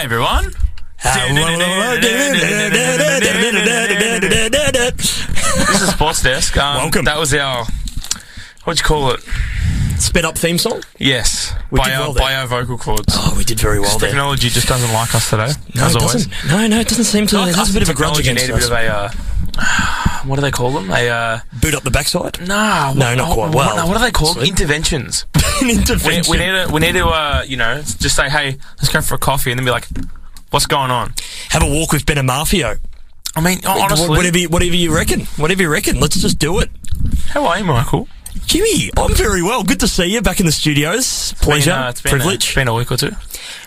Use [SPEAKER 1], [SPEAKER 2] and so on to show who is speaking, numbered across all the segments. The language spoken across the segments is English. [SPEAKER 1] everyone. This is Sports Desk. Um,
[SPEAKER 2] Welcome.
[SPEAKER 1] That was our, what'd you call it?
[SPEAKER 2] Sped up theme song.
[SPEAKER 1] Yes.
[SPEAKER 2] We
[SPEAKER 1] by,
[SPEAKER 2] did
[SPEAKER 1] our,
[SPEAKER 2] well there.
[SPEAKER 1] by our vocal cords.
[SPEAKER 2] Oh, we did very well there. No,
[SPEAKER 1] Technology just doesn't like us today,
[SPEAKER 2] it
[SPEAKER 1] as always.
[SPEAKER 2] doesn't. No, no, it doesn't seem to.
[SPEAKER 1] Like
[SPEAKER 2] That's
[SPEAKER 1] us
[SPEAKER 2] a bit of a
[SPEAKER 1] and
[SPEAKER 2] grudge
[SPEAKER 1] technology
[SPEAKER 2] against
[SPEAKER 1] need a bit
[SPEAKER 2] us.
[SPEAKER 1] of a, uh, what do they call them? A, uh,
[SPEAKER 2] Boot up the backside.
[SPEAKER 1] nah.
[SPEAKER 2] No,
[SPEAKER 1] what-
[SPEAKER 2] not
[SPEAKER 1] what-
[SPEAKER 2] quite.
[SPEAKER 1] What,
[SPEAKER 2] Well,
[SPEAKER 1] what are they called?
[SPEAKER 2] sweet.
[SPEAKER 1] Interventions.
[SPEAKER 2] An
[SPEAKER 1] we,
[SPEAKER 2] intervention.
[SPEAKER 1] we need to, we need to uh, you know, just say, hey, let's go for a coffee, and then be like, what's going on?
[SPEAKER 2] Have a walk with Ben and Mafio.
[SPEAKER 1] I mean, honestly,
[SPEAKER 2] whatever, you- whatever you reckon. Whatever you reckon. Let's just do it.
[SPEAKER 1] how are you, Michael?
[SPEAKER 2] Jimmy, I'm very well. Good to see you back in the studios. Pleasure,
[SPEAKER 1] Been, uh, it's been,
[SPEAKER 2] privilege.
[SPEAKER 1] A, it's been a week or two.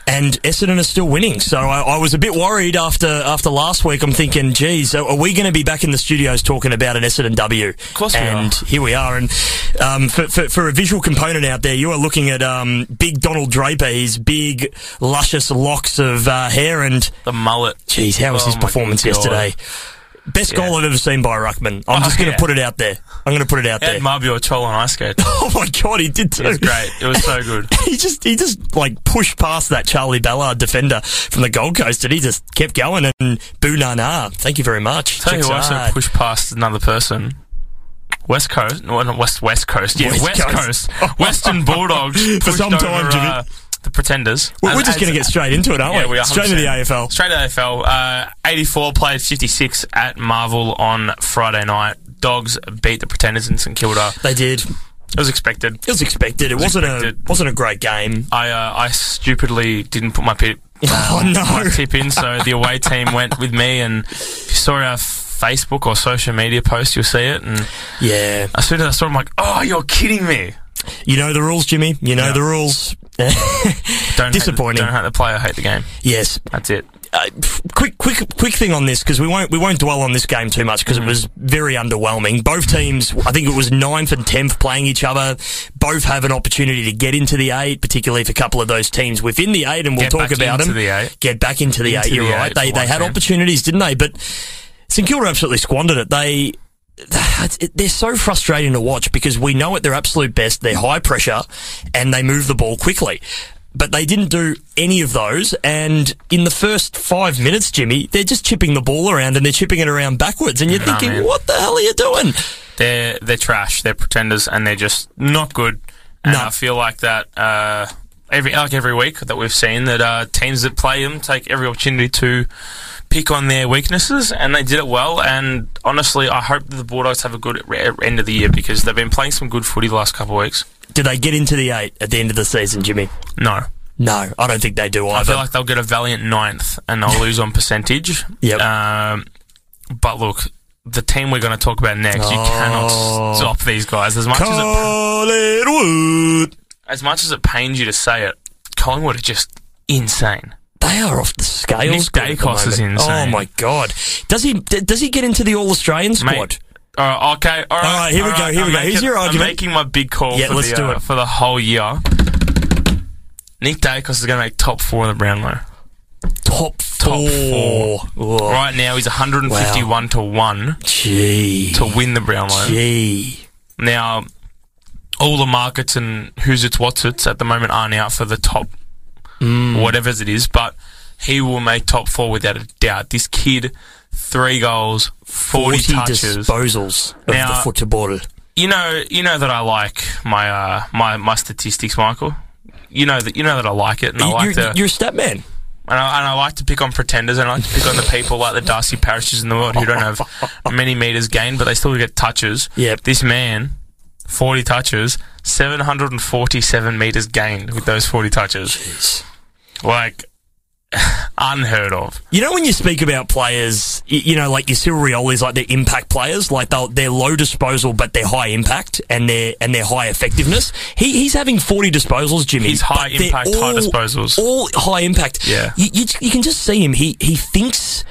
[SPEAKER 2] and Essendon are still winning, so I, I was a bit worried after after last week. I'm thinking, geez, are, are we going to be back in the studios talking about an Essendon W? Of
[SPEAKER 1] course we
[SPEAKER 2] And here we are. And um, for, for, for a visual component out there, you are looking at um, big Donald Draper, his big, luscious locks of uh, hair and
[SPEAKER 1] The mullet.
[SPEAKER 2] Jeez, how was
[SPEAKER 1] Oh
[SPEAKER 2] his
[SPEAKER 1] my
[SPEAKER 2] performance
[SPEAKER 1] God.
[SPEAKER 2] yesterday? Best goal I've ever seen by Ruckman. I'm
[SPEAKER 1] Oh,
[SPEAKER 2] just going to
[SPEAKER 1] yeah.
[SPEAKER 2] put it out there. I'm going to put it out there.
[SPEAKER 1] And Marby or Troll on ice skate. It
[SPEAKER 2] oh my god, he did too.
[SPEAKER 1] was great. It was so good.
[SPEAKER 2] he just he just like pushed past that Charlie Ballard defender from the Gold Coast, and he just kept going. And boo na na. Thank you very much.
[SPEAKER 1] Tell you
[SPEAKER 2] Checks
[SPEAKER 1] who also
[SPEAKER 2] hard.
[SPEAKER 1] pushed past another person. West Coast, no, not West West Coast, yeah,
[SPEAKER 2] West
[SPEAKER 1] West,
[SPEAKER 2] Coast.
[SPEAKER 1] Coast, Western Bulldogs
[SPEAKER 2] For
[SPEAKER 1] pushed
[SPEAKER 2] some time,
[SPEAKER 1] over,
[SPEAKER 2] Jimmy.
[SPEAKER 1] uh, the Pretenders.
[SPEAKER 2] Well, we're
[SPEAKER 1] And
[SPEAKER 2] just going to
[SPEAKER 1] it's-
[SPEAKER 2] get straight into it, aren't
[SPEAKER 1] Yeah, we are
[SPEAKER 2] Straight into the
[SPEAKER 1] 100%.
[SPEAKER 2] AFL.
[SPEAKER 1] Straight to AFL. Uh, 84 played 56 at Marvel on Friday night. Dogs beat the Pretenders in St Kilda.
[SPEAKER 2] They did.
[SPEAKER 1] It was expected.
[SPEAKER 2] It was expected. It, was not a
[SPEAKER 1] expected.
[SPEAKER 2] wasn't a great game.
[SPEAKER 1] I uh, I stupidly didn't put my pit,
[SPEAKER 2] Oh
[SPEAKER 1] my
[SPEAKER 2] no.
[SPEAKER 1] tip in, so the away team went with me. And if you saw our Facebook or social media post, you'll see it. And
[SPEAKER 2] Yeah.
[SPEAKER 1] as soon as I saw, it, I'm like, "Oh, you're kidding me!"
[SPEAKER 2] You know the rules, Jimmy. You know the rules.
[SPEAKER 1] Don't hate the-
[SPEAKER 2] Disappointing.
[SPEAKER 1] don't hate the player, hate the game.
[SPEAKER 2] yes.
[SPEAKER 1] That's it.
[SPEAKER 2] uh, f- quick, quick, quick thing on this because we won't we won't dwell on this game too much because
[SPEAKER 1] Mm.
[SPEAKER 2] it was very underwhelming. Both teams, I think it was ninth and tenth, playing each other. Both have an opportunity to get into the eight, particularly if a couple of those teams within the eight, and we'll
[SPEAKER 1] Get
[SPEAKER 2] talk
[SPEAKER 1] back
[SPEAKER 2] about
[SPEAKER 1] into
[SPEAKER 2] them.
[SPEAKER 1] the eight.
[SPEAKER 2] Get back into the
[SPEAKER 1] Into
[SPEAKER 2] eight. You're
[SPEAKER 1] the
[SPEAKER 2] right.
[SPEAKER 1] eight
[SPEAKER 2] they
[SPEAKER 1] for
[SPEAKER 2] they
[SPEAKER 1] one
[SPEAKER 2] had
[SPEAKER 1] team.
[SPEAKER 2] opportunities, didn't they? But St Kilda absolutely squandered it. They it- they're so frustrating to watch because we know at their absolute best they're high pressure and they move the ball quickly. But they didn't do any of those. And in the first five minutes, Jimmy, they're just chipping the ball around and they're chipping it around backwards. And you're
[SPEAKER 1] Nah,
[SPEAKER 2] thinking,
[SPEAKER 1] man.
[SPEAKER 2] what the hell are you doing?
[SPEAKER 1] They're they're trash. They're pretenders, and they're just not good. And
[SPEAKER 2] No.
[SPEAKER 1] I feel like that uh, every like every week that we've seen that uh, teams that play them take every opportunity to pick on their weaknesses, and they did it well. And honestly, I hope that the Bulldogs have a good re- end of the year because they've been playing some good footy the last couple of weeks.
[SPEAKER 2] Do they get into the eight at the end of the season, Jimmy?
[SPEAKER 1] No,
[SPEAKER 2] No, I don't think they do
[SPEAKER 1] I
[SPEAKER 2] either.
[SPEAKER 1] feel like they'll get a valiant ninth and they'll lose on percentage.
[SPEAKER 2] Yep.
[SPEAKER 1] Um, but look, the team we're going to talk about next, you cannot
[SPEAKER 2] Oh.
[SPEAKER 1] stop these guys. As much as it,
[SPEAKER 2] Call it wood.
[SPEAKER 1] as much as it pains you to say it, Collingwood are just insane.
[SPEAKER 2] They are off the scales.
[SPEAKER 1] Nick
[SPEAKER 2] good at the
[SPEAKER 1] Dacos is
[SPEAKER 2] moment.
[SPEAKER 1] insane.
[SPEAKER 2] Oh my god! Does he d- does he get into the All Australian squad?
[SPEAKER 1] Mate, all right, okay, all right,
[SPEAKER 2] All right, here we
[SPEAKER 1] all
[SPEAKER 2] go, here
[SPEAKER 1] I'm
[SPEAKER 2] we go.
[SPEAKER 1] Making,
[SPEAKER 2] Here's your argument.
[SPEAKER 1] I'm making my big call
[SPEAKER 2] Yeah,
[SPEAKER 1] for,
[SPEAKER 2] let's
[SPEAKER 1] the,
[SPEAKER 2] do
[SPEAKER 1] uh,
[SPEAKER 2] it.
[SPEAKER 1] for the whole year. Nick Dacos is going to make top four in the Brownlow.
[SPEAKER 2] top
[SPEAKER 1] Top
[SPEAKER 2] four. Oh, Whoa.
[SPEAKER 1] Right now, he's 151 to 1
[SPEAKER 2] Gee.
[SPEAKER 1] to win the Brownlow.
[SPEAKER 2] Gee.
[SPEAKER 1] Now, all the markets and who's it's what's it's at the moment aren't out for the top,
[SPEAKER 2] Mm.
[SPEAKER 1] whatever's it is, but he will make top four without a doubt. This kid, three goals, 40,
[SPEAKER 2] 40
[SPEAKER 1] touches.
[SPEAKER 2] disposals of
[SPEAKER 1] Now-
[SPEAKER 2] the football.
[SPEAKER 1] you know, you know that I like my uh, my my statistics, Michael. You know that you know that I like it, and I
[SPEAKER 2] You-
[SPEAKER 1] like
[SPEAKER 2] you're,
[SPEAKER 1] to
[SPEAKER 2] you're a stat man.
[SPEAKER 1] and I, and I like to pick on pretenders, and I like to pick on the people like the Darcy Parishes in the world who don't have many meters gained, but they still get touches.
[SPEAKER 2] Yep.
[SPEAKER 1] This man, 40 touches, 747 meters gained with those 40 touches. Like, unheard of.
[SPEAKER 2] You know when you speak about players, you, you know, like your Cyril Rioli's, like they're impact players, like they'll, they're low disposal, but they're high impact and they're and they're high effectiveness. He, he's having forty disposals, Jimmy.
[SPEAKER 1] He's high
[SPEAKER 2] but they're
[SPEAKER 1] impact, high
[SPEAKER 2] all-
[SPEAKER 1] disposals.
[SPEAKER 2] all high impact.
[SPEAKER 1] Yeah.
[SPEAKER 2] you, you, you can just see him. He he thinks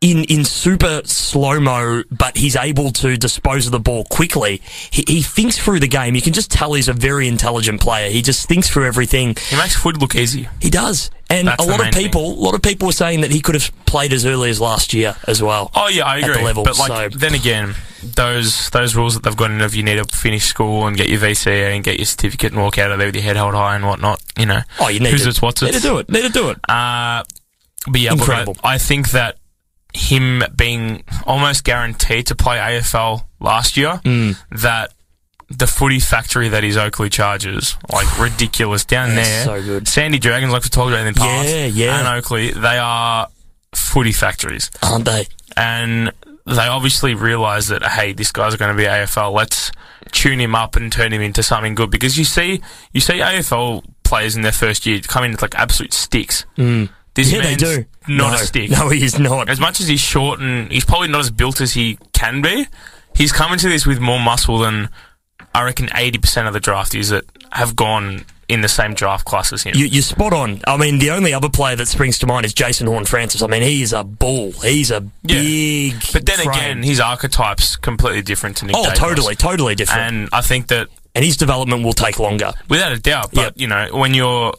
[SPEAKER 2] in in super slow mo, but he's able to dispose of the ball quickly. He, he thinks through the game. You can just tell he's a very intelligent player. He just thinks through everything.
[SPEAKER 1] He makes food look easy.
[SPEAKER 2] He does. And
[SPEAKER 1] That's
[SPEAKER 2] a
[SPEAKER 1] the
[SPEAKER 2] lot of
[SPEAKER 1] main thing.
[SPEAKER 2] people, a lot of people were saying that he could have played as early as last year as well.
[SPEAKER 1] Oh yeah, I
[SPEAKER 2] the
[SPEAKER 1] agree.
[SPEAKER 2] level,
[SPEAKER 1] but like
[SPEAKER 2] so-
[SPEAKER 1] then again, those those rules that they've got in of you need to finish school and get your VCA and get your certificate and walk out of there with your head held high and whatnot. You know.
[SPEAKER 2] Oh, you need
[SPEAKER 1] Who's
[SPEAKER 2] to,
[SPEAKER 1] it's, what's
[SPEAKER 2] need to
[SPEAKER 1] it's.
[SPEAKER 2] do it. Need to do it.
[SPEAKER 1] Uh, but yeah, look, I-
[SPEAKER 2] Incredible.
[SPEAKER 1] I, think that him being almost guaranteed to play AFL last year,
[SPEAKER 2] Mm.
[SPEAKER 1] that the footy factory that is Oakley Chargers, like ridiculous down
[SPEAKER 2] That's
[SPEAKER 1] there.
[SPEAKER 2] so good.
[SPEAKER 1] Sandy Dragons, like we talked about in the past,
[SPEAKER 2] Yeah, yeah.
[SPEAKER 1] and Oakley, they are footy factories
[SPEAKER 2] Aren't they?
[SPEAKER 1] and they obviously realised that hey, this guy's going to be AFL. Let's tune him up and turn him into something good because you see, you see AFL players in their first year come in with like absolute sticks. Mm. This
[SPEAKER 2] Yeah, they
[SPEAKER 1] man's
[SPEAKER 2] do.
[SPEAKER 1] Not
[SPEAKER 2] no,
[SPEAKER 1] a stick.
[SPEAKER 2] No, he is not.
[SPEAKER 1] As much as he's short and he's probably not as built as he can be, he's coming to this with more muscle than I reckon eighty percent of the draftees that have gone in the same draft class as him.
[SPEAKER 2] You, you're spot on. I mean, the only other player that springs to mind is Jason Horn Francis. I mean, he is a bull. He's a
[SPEAKER 1] Yeah.
[SPEAKER 2] big.
[SPEAKER 1] but then
[SPEAKER 2] frame.
[SPEAKER 1] again, his archetype's completely different to Nick.
[SPEAKER 2] oh,
[SPEAKER 1] Davis.
[SPEAKER 2] totally, totally different. And,
[SPEAKER 1] And I think that
[SPEAKER 2] his development will take longer.
[SPEAKER 1] Without a doubt, but
[SPEAKER 2] Yep.
[SPEAKER 1] you know when you're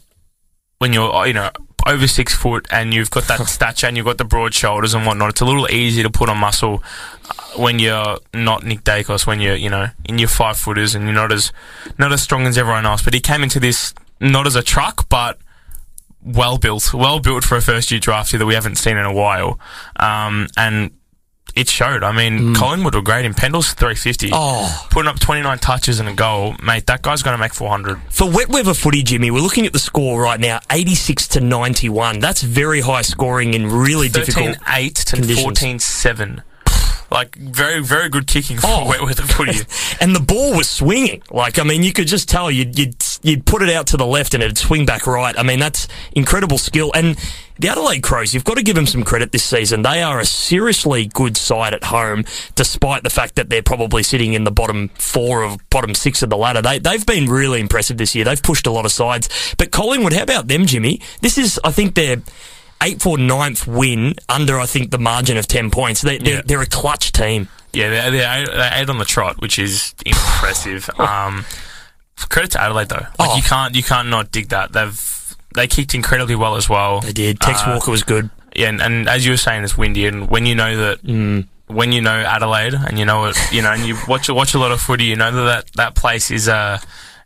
[SPEAKER 1] when you're uh, you know over six foot and you've got that stature and you've got the broad shoulders and whatnot, it's a little easier to put on muscle uh, when you're not Nick Dacos, when you're you know in your five footers and you're not as not as strong as everyone else. But he came into this not as a truck, but well built, well built for a first year draftee that we haven't seen in a while, um, and. It showed. I mean, Collingwood were great in Pendle's 350.
[SPEAKER 2] Mm. Oh.
[SPEAKER 1] Putting up 29 touches and a goal. Mate, that guy's going to make 400.
[SPEAKER 2] For wet weather footy, Jimmy, we're looking at the score right now 86 to 91. That's very high scoring in really
[SPEAKER 1] 13
[SPEAKER 2] difficult.
[SPEAKER 1] 8 to
[SPEAKER 2] conditions.
[SPEAKER 1] 14 7. Like, very, very good kicking for
[SPEAKER 2] Oh.
[SPEAKER 1] wet weather footy.
[SPEAKER 2] And the ball was swinging. Like, I mean, you could just tell you'd, you'd, you'd put it out to the left and it'd swing back right. I mean, that's incredible skill. And the Adelaide Crows, you've got to give them some credit this season. They are a seriously good side at home, despite the fact that they're probably sitting in the bottom four of bottom six of the ladder. They, they've been really impressive this year. They've pushed a lot of sides. But Collingwood, how about them, Jimmy? This is, I think, their eighth or ninth win under, I think, the margin of 10 points. They, they're,
[SPEAKER 1] Yeah.
[SPEAKER 2] they're a clutch team.
[SPEAKER 1] yeah, they're, they're, eight, they're eight on the trot, which is impressive. um, credit to Adelaide, though. Like,
[SPEAKER 2] Oh.
[SPEAKER 1] you can't you can't not dig that. They've They kicked incredibly well as well.
[SPEAKER 2] They did. Tex
[SPEAKER 1] Uh,
[SPEAKER 2] Walker was good.
[SPEAKER 1] Yeah, and, and as you were saying, it's windy, and when you know that,
[SPEAKER 2] Mm.
[SPEAKER 1] when you know Adelaide, and you know it, you know, and you watch watch a lot of footy, you know that that, that place is a,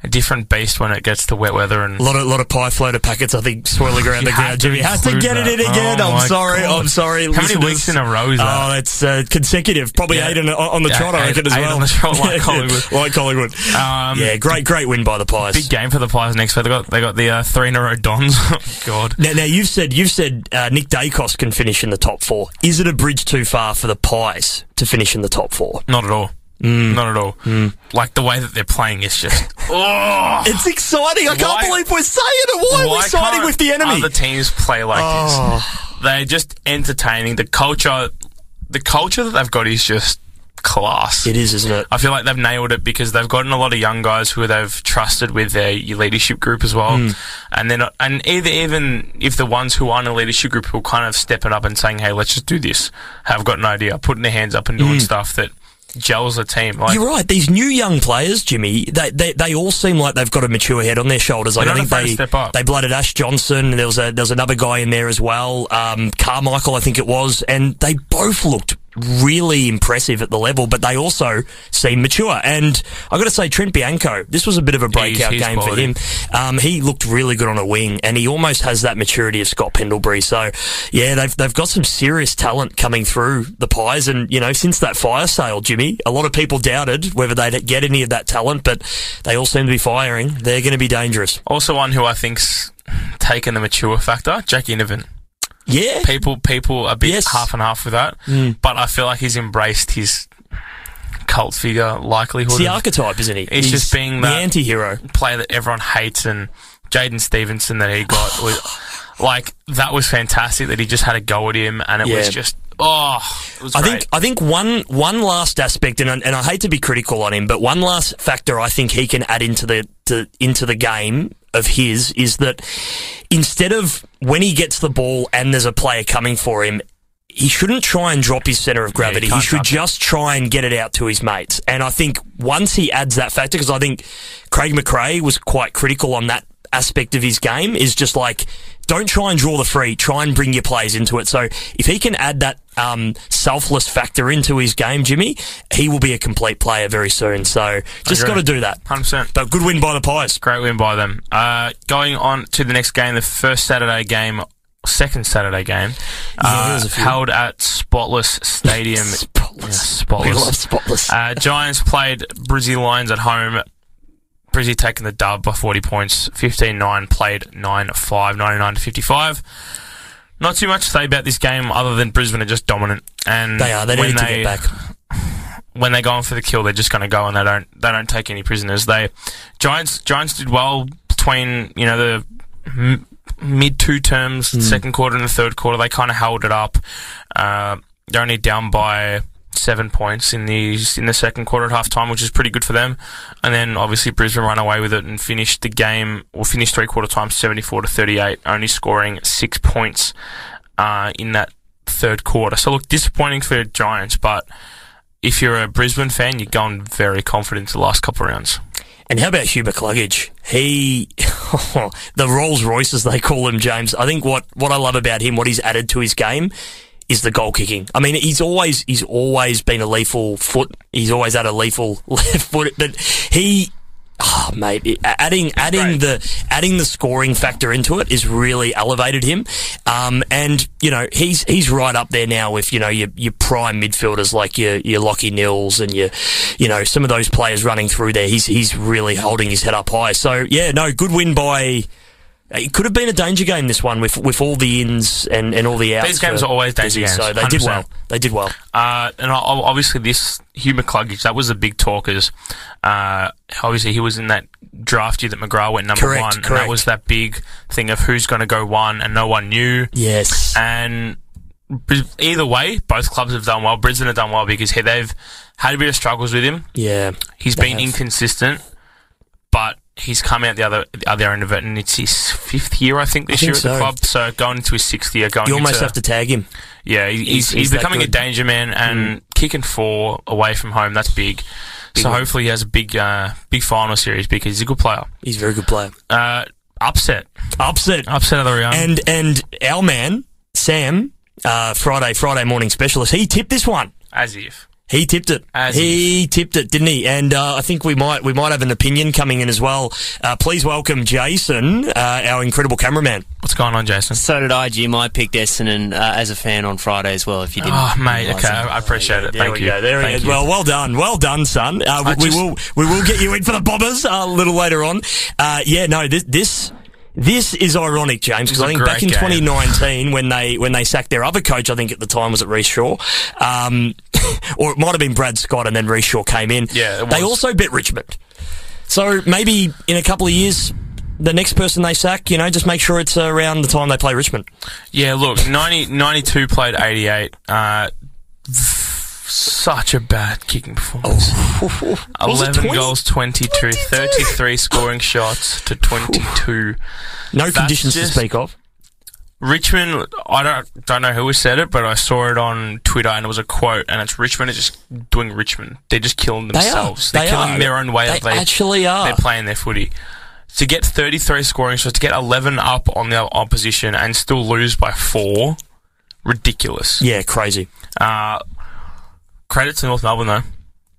[SPEAKER 1] a different beast when it gets to wet weather. And
[SPEAKER 2] A lot of lot of pie floater packets, I think, swirling around
[SPEAKER 1] You
[SPEAKER 2] the
[SPEAKER 1] had
[SPEAKER 2] ground.
[SPEAKER 1] to
[SPEAKER 2] Jimmy has to
[SPEAKER 1] include
[SPEAKER 2] get it in
[SPEAKER 1] that.
[SPEAKER 2] again.
[SPEAKER 1] Oh my
[SPEAKER 2] I'm sorry.
[SPEAKER 1] God.
[SPEAKER 2] I'm sorry.
[SPEAKER 1] how many
[SPEAKER 2] listeners.
[SPEAKER 1] weeks in a row is that?
[SPEAKER 2] Oh, it's uh, consecutive. Probably
[SPEAKER 1] Yeah.
[SPEAKER 2] eight on, on the
[SPEAKER 1] Yeah,
[SPEAKER 2] trot, I
[SPEAKER 1] eight-
[SPEAKER 2] reckon, as
[SPEAKER 1] eight
[SPEAKER 2] well.
[SPEAKER 1] on the trot, like Collingwood.
[SPEAKER 2] like Collingwood.
[SPEAKER 1] Um,
[SPEAKER 2] Oh. yeah, great, great win by the Pies.
[SPEAKER 1] Big game for the Pies next week. They got they got the uh, three in a row Dons. oh, God,
[SPEAKER 2] now, now, you've said you've said uh, Nick Dacos can finish in the top four. Is it a bridge too far for the Pies to finish in the top four?
[SPEAKER 1] not at all.
[SPEAKER 2] Mm.
[SPEAKER 1] Not at all. Like the way that they're playing is just. oh,
[SPEAKER 2] It's exciting. I can't
[SPEAKER 1] Why-
[SPEAKER 2] believe we're saying it. Why, are we siding
[SPEAKER 1] can't
[SPEAKER 2] with the enemy? Oh.
[SPEAKER 1] Other teams play like this. They're just entertaining. The culture, the culture that they've got is just class.
[SPEAKER 2] it is, isn't it?
[SPEAKER 1] I feel like they've nailed it because they've gotten a lot of young guys who they've trusted with their leadership group as well, and then and either even if the ones who are in the leadership group who are kind of stepping up and saying, "Hey, let's just do this," have got an idea, putting their hands up and doing stuff that gels the team. Like
[SPEAKER 2] You're right. These new young players, Jimmy, they, they they all seem like they've got a mature head on their shoulders. Like,
[SPEAKER 1] They're
[SPEAKER 2] I
[SPEAKER 1] not
[SPEAKER 2] think
[SPEAKER 1] afraid to
[SPEAKER 2] they
[SPEAKER 1] step up.
[SPEAKER 2] they blooded Ash Johnson. There was a there was another guy in there as well, um, Carmichael, I think it was, and they both looked really impressive at the level, but they also seem mature. And I got to say, Trent Bianco, this was a bit of a breakout
[SPEAKER 1] he's
[SPEAKER 2] game for
[SPEAKER 1] quality.
[SPEAKER 2] him. Um, he looked really good on a wing, and he almost has that maturity of Scott Pendlebury. So, yeah, they've they've got some serious talent coming through the Pies, and you know, since that fire sale, Jimmy, a lot of people doubted whether they'd get any of that talent, but they all seem to be firing. They're going to be dangerous.
[SPEAKER 1] also one who I think's taken the mature factor, Jack Inovan.
[SPEAKER 2] Yeah,
[SPEAKER 1] People people a bit
[SPEAKER 2] Yes.
[SPEAKER 1] half and half with that, but I feel like he's embraced his cult figure likelihood.
[SPEAKER 2] it's the
[SPEAKER 1] of-
[SPEAKER 2] archetype, isn't he?
[SPEAKER 1] It's just being
[SPEAKER 2] the
[SPEAKER 1] that-
[SPEAKER 2] anti-hero.
[SPEAKER 1] player that everyone hates and Jaden Stevenson that he got was like that was fantastic that he just had a go at him and it was
[SPEAKER 2] Yeah.
[SPEAKER 1] just oh it was
[SPEAKER 2] I
[SPEAKER 1] great.
[SPEAKER 2] think I think one one last aspect, and I, and I hate to be critical on him, but one last factor I think he can add into the to, into the game of his is that instead of when he gets the ball and there's a player coming for him. He shouldn't try and drop his center of gravity. he
[SPEAKER 1] can't
[SPEAKER 2] should
[SPEAKER 1] touch it.
[SPEAKER 2] just try and get it out to his mates. And I think once he adds that factor, because I think Craig McRae was quite critical on that aspect of his game, is just like don't try and draw the free. Try and bring your plays into it. So if he can add that um, selfless factor into his game, Jimmy, he will be a complete player very soon. So just
[SPEAKER 1] Agree.
[SPEAKER 2] got to do that.
[SPEAKER 1] 100%.
[SPEAKER 2] But good win by the Pies.
[SPEAKER 1] Great win by them. Uh, going on to the next game, the first Saturday game, second Saturday game, uh,
[SPEAKER 2] Yeah, there was a few.
[SPEAKER 1] held at Spotless Stadium. Yeah,
[SPEAKER 2] Spotless. We love
[SPEAKER 1] spotless.
[SPEAKER 2] spotless.
[SPEAKER 1] Uh, Giants played Brizzy Lions at home. Brizzy taking the dub by 40 points, 15 9, played 9 5, 99 to 55. Not too much to say about this game other than Brisbane are just dominant. And
[SPEAKER 2] they are. They
[SPEAKER 1] when
[SPEAKER 2] need to get back.
[SPEAKER 1] when they go in for the kill, they're just going to go and they don't they don't take any prisoners. They Giants Giants did well between you know the m- mid two terms, second quarter and the third quarter. They kind of held it up. Uh, they're only down by seven points in the in the second quarter at halftime, which is pretty good for them. And then obviously Brisbane ran away with it and finished the game or finished three quarter time seventy four to thirty eight, only scoring six points uh, in that third quarter. So look, disappointing for Giants, but if you're a Brisbane fan, you're going very confident the last couple of rounds.
[SPEAKER 2] And how about Hubert Cluggage? He, the Rolls Royce as they call him, James. I think what, what I love about him, what he's added to his game, is the goal kicking. I mean, he's always he's always been a lethal foot. He's always had a lethal left foot, but he. Oh, mate, it- a- adding adding
[SPEAKER 1] great.
[SPEAKER 2] the adding the scoring factor into it is really elevated him, um, and you know he's he's right up there now with you know your your prime midfielders like your your Lockie Nils and your you know some of those players running through there. He's he's really holding his head up high. So yeah, no good win by. It could have been a danger game this one with with all the ins and, and all the outs.
[SPEAKER 1] These games
[SPEAKER 2] for
[SPEAKER 1] are always danger
[SPEAKER 2] Brizzy,
[SPEAKER 1] games,
[SPEAKER 2] So they did
[SPEAKER 1] 100%.
[SPEAKER 2] well. They did well.
[SPEAKER 1] Uh, and o- o- obviously, this Hugh McCluggage, that was the big talkers. Uh, obviously, he was in that draft year that McGrath went number
[SPEAKER 2] Correct,
[SPEAKER 1] one. And
[SPEAKER 2] correct.
[SPEAKER 1] that was that big thing of who's going to go one, and no one knew.
[SPEAKER 2] Yes.
[SPEAKER 1] Uh, And Bris- either way, both clubs have done well. Brisbane have done well because he, they've had a bit of struggles with him.
[SPEAKER 2] yeah.
[SPEAKER 1] He's
[SPEAKER 2] They
[SPEAKER 1] been
[SPEAKER 2] have.
[SPEAKER 1] inconsistent, but he's come out the other the other end of it, and it's his fifth year, I think, this
[SPEAKER 2] think
[SPEAKER 1] year at
[SPEAKER 2] so.
[SPEAKER 1] the club. So going into his sixth year, going
[SPEAKER 2] You almost
[SPEAKER 1] into,
[SPEAKER 2] have to tag him.
[SPEAKER 1] yeah, he- he's,
[SPEAKER 2] He's-
[SPEAKER 1] he's,
[SPEAKER 2] he's that
[SPEAKER 1] becoming a
[SPEAKER 2] good. Mm.
[SPEAKER 1] danger man and kicking four away from home. That's big. so
[SPEAKER 2] one.
[SPEAKER 1] hopefully he has a big uh, big final series because he's a good player.
[SPEAKER 2] He's a very good player.
[SPEAKER 1] Uh, upset,
[SPEAKER 2] Upset.
[SPEAKER 1] upset of the round.
[SPEAKER 2] And and our man Sam, uh, Friday Friday morning specialist. He tipped this one.
[SPEAKER 1] as if
[SPEAKER 2] He tipped it.
[SPEAKER 1] As
[SPEAKER 2] he tipped it, didn't he? And uh, I think we might we might have an opinion coming in as well. Uh, please welcome Jason, uh, our incredible cameraman.
[SPEAKER 1] what's going on, Jason?
[SPEAKER 3] So did I, Jim. I picked Essendon uh, as a fan on Friday as well. If you didn't,
[SPEAKER 1] Oh, mate.
[SPEAKER 3] realise
[SPEAKER 1] Okay,
[SPEAKER 3] that.
[SPEAKER 1] I I appreciate it. Thank you. Thank you.
[SPEAKER 2] Well, well done, well done, son. Uh, we,
[SPEAKER 1] I
[SPEAKER 2] we
[SPEAKER 1] just-
[SPEAKER 2] will we will get you in for the bobbers uh, a little later on. Uh, yeah, no, this this this is ironic, James, because
[SPEAKER 1] was
[SPEAKER 2] I
[SPEAKER 1] a
[SPEAKER 2] think back
[SPEAKER 1] great
[SPEAKER 2] in
[SPEAKER 1] game.
[SPEAKER 2] 2019 when they when they sacked their other coach, I think at the time was it Reece Shaw, um, or it might have been Brad Scott, and then Reece Shaw came in.
[SPEAKER 1] Yeah, it
[SPEAKER 2] they
[SPEAKER 1] was.
[SPEAKER 2] also bet Richmond. So maybe in a couple of years. The next person they sack, you know, just make sure it's around the time they play Richmond.
[SPEAKER 1] Yeah, look, 90, 92 played 88. Uh, such a bad kicking performance.
[SPEAKER 2] Oh. Was it
[SPEAKER 1] 11
[SPEAKER 2] 20?
[SPEAKER 1] goals, 22, 33 scoring shots to 22.
[SPEAKER 2] No conditions
[SPEAKER 1] just-
[SPEAKER 2] to speak of.
[SPEAKER 1] Richmond, I don't don't know who said it, but I saw it on Twitter and it was a quote, and it's Richmond are just doing Richmond. They're just killing
[SPEAKER 2] They are.
[SPEAKER 1] themselves.
[SPEAKER 2] They
[SPEAKER 1] are killing
[SPEAKER 2] are.
[SPEAKER 1] their own way.
[SPEAKER 2] They
[SPEAKER 1] of they
[SPEAKER 2] actually are.
[SPEAKER 1] They're playing their footy. To get 33 scoring shots, to get 11 up on the opposition and still lose by four, ridiculous.
[SPEAKER 2] Yeah, crazy.
[SPEAKER 1] Uh, credit to North Melbourne though.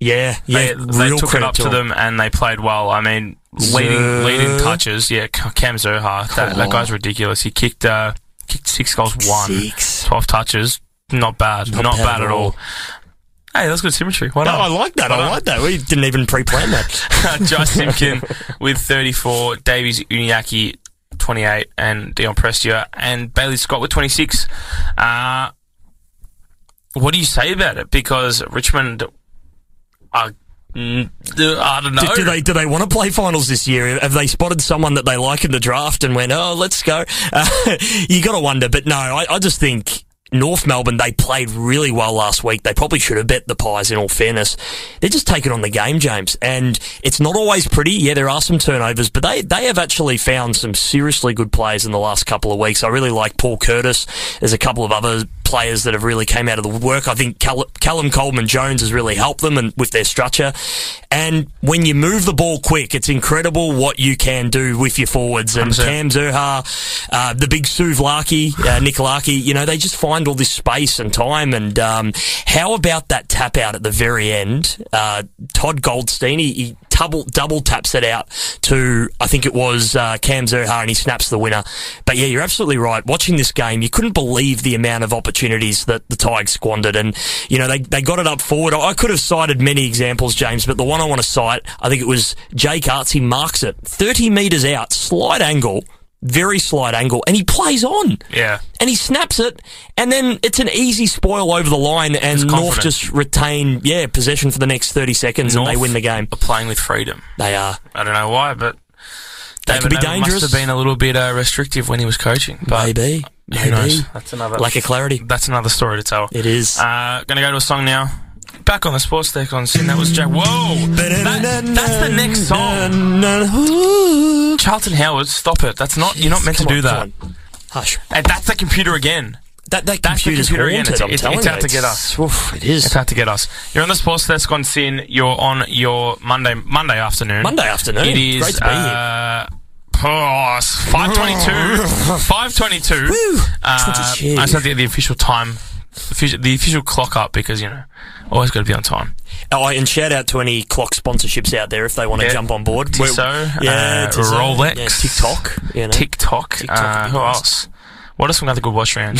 [SPEAKER 2] Yeah,
[SPEAKER 1] They,
[SPEAKER 2] yeah.
[SPEAKER 1] they
[SPEAKER 2] real
[SPEAKER 1] took it
[SPEAKER 2] credit
[SPEAKER 1] up to them and they played well. I mean, leading
[SPEAKER 2] Zur-
[SPEAKER 1] leading touches. Yeah, K- Cam Zerha. That, that
[SPEAKER 3] Come on.
[SPEAKER 1] guy's ridiculous. He kicked uh, kicked six goals, one
[SPEAKER 2] Six.
[SPEAKER 1] 12 touches. Not bad. Not, bad, at all. Hey, that's good symmetry. Why
[SPEAKER 2] No,
[SPEAKER 1] not?
[SPEAKER 2] I like that. I
[SPEAKER 1] not?
[SPEAKER 2] like that. We didn't even pre-plan that.
[SPEAKER 1] Josh Simpkin with 34, Davies Uniaki 28, and Dion Prestia, and Bailey Scott with 26. Uh, what do you say about it? Because Richmond are. mm, I don't know.
[SPEAKER 2] do, do they do they want to play finals this year? Have they spotted someone that they like in the draft and went, oh, let's go? Uh, you got to wonder. But no, I, I just think North Melbourne they played really well last week. They probably should have bet the Pies. In all fairness, they're just taking on the game, James, and it's not always pretty. Yeah, there are some turnovers, but they they have actually found some seriously good players in the last couple of weeks. I really like Paul Curtis. There's a couple of other players that have really came out of the work. I think Cal- Callum Coleman Jones has really helped them and with their structure. And when you move the ball quick, it's incredible what you can do with your forwards. And
[SPEAKER 1] 100%.
[SPEAKER 2] Cam Zerha, uh, the big Suvlaki, uh, Nikolaki, you know, they just find all this space and time. And um, how about that tap out at the very end? Uh, Todd Goldstein, he, he double, double taps it out to, I think it was uh, Cam Zerha, and he snaps the winner. But yeah, you're absolutely right. Watching this game, you couldn't believe the amount of opportunities that the Tigers squandered. And, you know, they, they got it up forward. I I could have cited many examples, James, but the one I want to cite, I think it was Jake Arts. He marks it 30 metres out, slight angle. Very slight angle, and he plays on
[SPEAKER 1] Yeah.
[SPEAKER 2] and he snaps it, and then it's an easy spoil over the line, and North
[SPEAKER 1] confident.
[SPEAKER 2] just retain yeah possession for the next thirty seconds, and they
[SPEAKER 1] North
[SPEAKER 2] win the game.
[SPEAKER 1] Are playing with freedom.
[SPEAKER 2] They are.
[SPEAKER 1] I don't know why, but
[SPEAKER 2] They
[SPEAKER 1] David
[SPEAKER 2] could be
[SPEAKER 1] Noble
[SPEAKER 2] dangerous.
[SPEAKER 1] Must have been a little bit uh, restrictive when he was coaching. But
[SPEAKER 2] maybe,
[SPEAKER 1] Who
[SPEAKER 2] maybe
[SPEAKER 1] knows? That's another
[SPEAKER 2] lack of clarity.
[SPEAKER 1] that's another story to tell.
[SPEAKER 2] It is.
[SPEAKER 1] Uh, gonna go to a song now. Back on the sports deck on sin. That was Jack. Whoa, That- that's the next song. Charlton Howard, stop it. That's not. You're not meant to
[SPEAKER 2] Come
[SPEAKER 1] do
[SPEAKER 2] on,
[SPEAKER 1] that.
[SPEAKER 2] come on. Hush.
[SPEAKER 1] Hey, that's the computer again.
[SPEAKER 2] That that
[SPEAKER 1] That's the
[SPEAKER 2] computer's
[SPEAKER 1] computer again.
[SPEAKER 2] haunted.
[SPEAKER 1] It's-
[SPEAKER 2] I'm
[SPEAKER 1] it's-
[SPEAKER 2] telling
[SPEAKER 1] it's
[SPEAKER 2] you,
[SPEAKER 1] out to get
[SPEAKER 2] it's- oof, it is.
[SPEAKER 1] It's hard to get us. You're on the sports desk on sin. You're on your Monday Monday afternoon.
[SPEAKER 2] Monday afternoon.
[SPEAKER 1] It is.
[SPEAKER 2] Great to be here.
[SPEAKER 1] uh, oh, it's 522. 522.
[SPEAKER 2] Woo.
[SPEAKER 1] Uh, I just have to get the official time, official, the official clock up because, you know, always got to be on time.
[SPEAKER 2] Oh, and shout out to any clock sponsorships out there if they want to
[SPEAKER 1] Yeah.
[SPEAKER 2] jump on board.
[SPEAKER 1] Tissot, uh,
[SPEAKER 2] Tissot,
[SPEAKER 1] Rolex.
[SPEAKER 2] yeah, TikTok, you know.
[SPEAKER 1] TikTok.
[SPEAKER 2] TikTok would
[SPEAKER 1] uh,
[SPEAKER 2] be
[SPEAKER 1] who
[SPEAKER 2] nice.
[SPEAKER 1] else? What else we got the good watch round?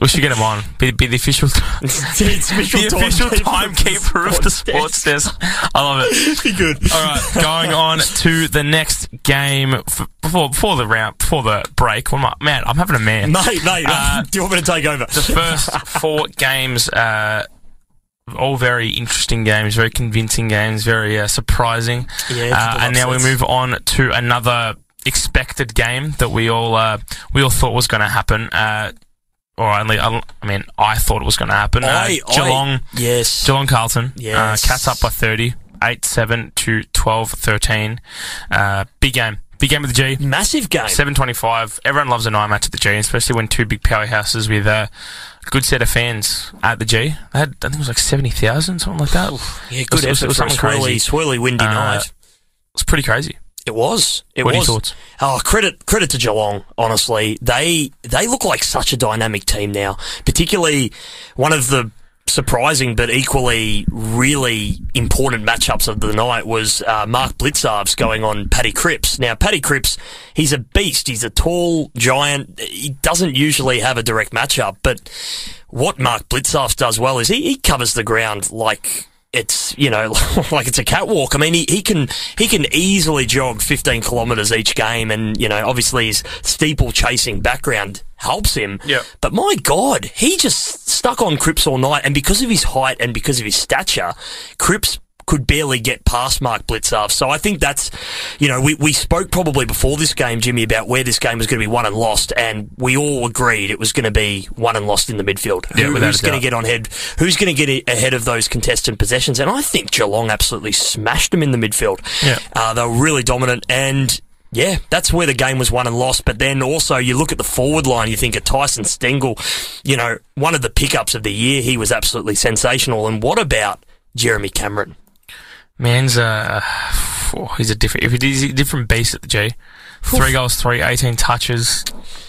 [SPEAKER 1] we should get him on. Be, be the official,
[SPEAKER 2] it's official
[SPEAKER 1] the official timekeeper of the sports desk. I love it.
[SPEAKER 2] Be good.
[SPEAKER 1] All right, going on to the next game f- before before the round before the break. What am I, man, I'm having a man.
[SPEAKER 2] Mate, mate,
[SPEAKER 1] Uh,
[SPEAKER 2] do you want me to take over?
[SPEAKER 1] The first four games, uh, all very interesting games, very convincing games, very uh, surprising.
[SPEAKER 2] Yeah, a
[SPEAKER 1] uh,
[SPEAKER 2] couple
[SPEAKER 1] and now we
[SPEAKER 2] upsets.
[SPEAKER 1] move on to another expected game that we all uh, we all thought was going to happen. Uh, or only, I mean, I thought it was going to happen.
[SPEAKER 2] I-
[SPEAKER 1] uh, Geelong.
[SPEAKER 2] I- yes.
[SPEAKER 1] Geelong Carlton.
[SPEAKER 2] Yes.
[SPEAKER 1] Uh, Cats up by 30. 8 7 to 12 13. Uh, big game. Big game with the G.
[SPEAKER 2] Massive game.
[SPEAKER 1] 725. Everyone loves a night match at the G, especially when two big powerhouses with a good set of fans at the G. They had, I think it was like 70,000, something like that.
[SPEAKER 2] Yeah,
[SPEAKER 1] It was-
[SPEAKER 2] good
[SPEAKER 1] it was- it
[SPEAKER 2] effort
[SPEAKER 1] was
[SPEAKER 2] for a
[SPEAKER 1] something
[SPEAKER 2] swirly,
[SPEAKER 1] crazy.
[SPEAKER 2] swirly windy
[SPEAKER 1] Uh,
[SPEAKER 2] night.
[SPEAKER 1] It's pretty crazy.
[SPEAKER 2] It was. It
[SPEAKER 1] what are your
[SPEAKER 2] was.
[SPEAKER 1] thoughts?
[SPEAKER 2] Oh, credit credit to Geelong. Honestly, they they look like such a dynamic team now. Particularly one of the surprising but equally really important matchups of the night was uh, Mark Blitzarves going on Paddy Cripps. Now Paddy Cripps, he's a beast. He's a tall giant. He doesn't usually have a direct matchup, but what Mark Blitzarves does well is he, he covers the ground like it's you know like it's a catwalk. I mean, he, he can he can easily jog 15 kilometres each game, and you know obviously his steeple chasing background helps him.
[SPEAKER 1] Yeah.
[SPEAKER 2] But my God, he just stuck on Cripps all night, and because of his height and because of his stature, Cripps could barely get past Mark Blitzarv. So I think that's, you know, we, we spoke probably before this game, Jimmy, about where this game was going to be won and lost, and we all agreed it was going to be won and lost in the midfield.
[SPEAKER 1] Yeah, without
[SPEAKER 2] who's
[SPEAKER 1] a
[SPEAKER 2] going
[SPEAKER 1] doubt.
[SPEAKER 2] to get on head? Who's going to get a- ahead of those contested possessions? And I think Geelong absolutely smashed them in the midfield.
[SPEAKER 1] Yeah.
[SPEAKER 2] Uh, they were really dominant and yeah, that's where the game was won and lost. But then also you look at the forward line, you think of Tyson Stengel, you know, one of the pickups of the year. He was absolutely sensational. And what about Jeremy Cameron?
[SPEAKER 1] Man's uh, phew, he's a different, if it is a different beast at the G. Three goals, three, 18 touches.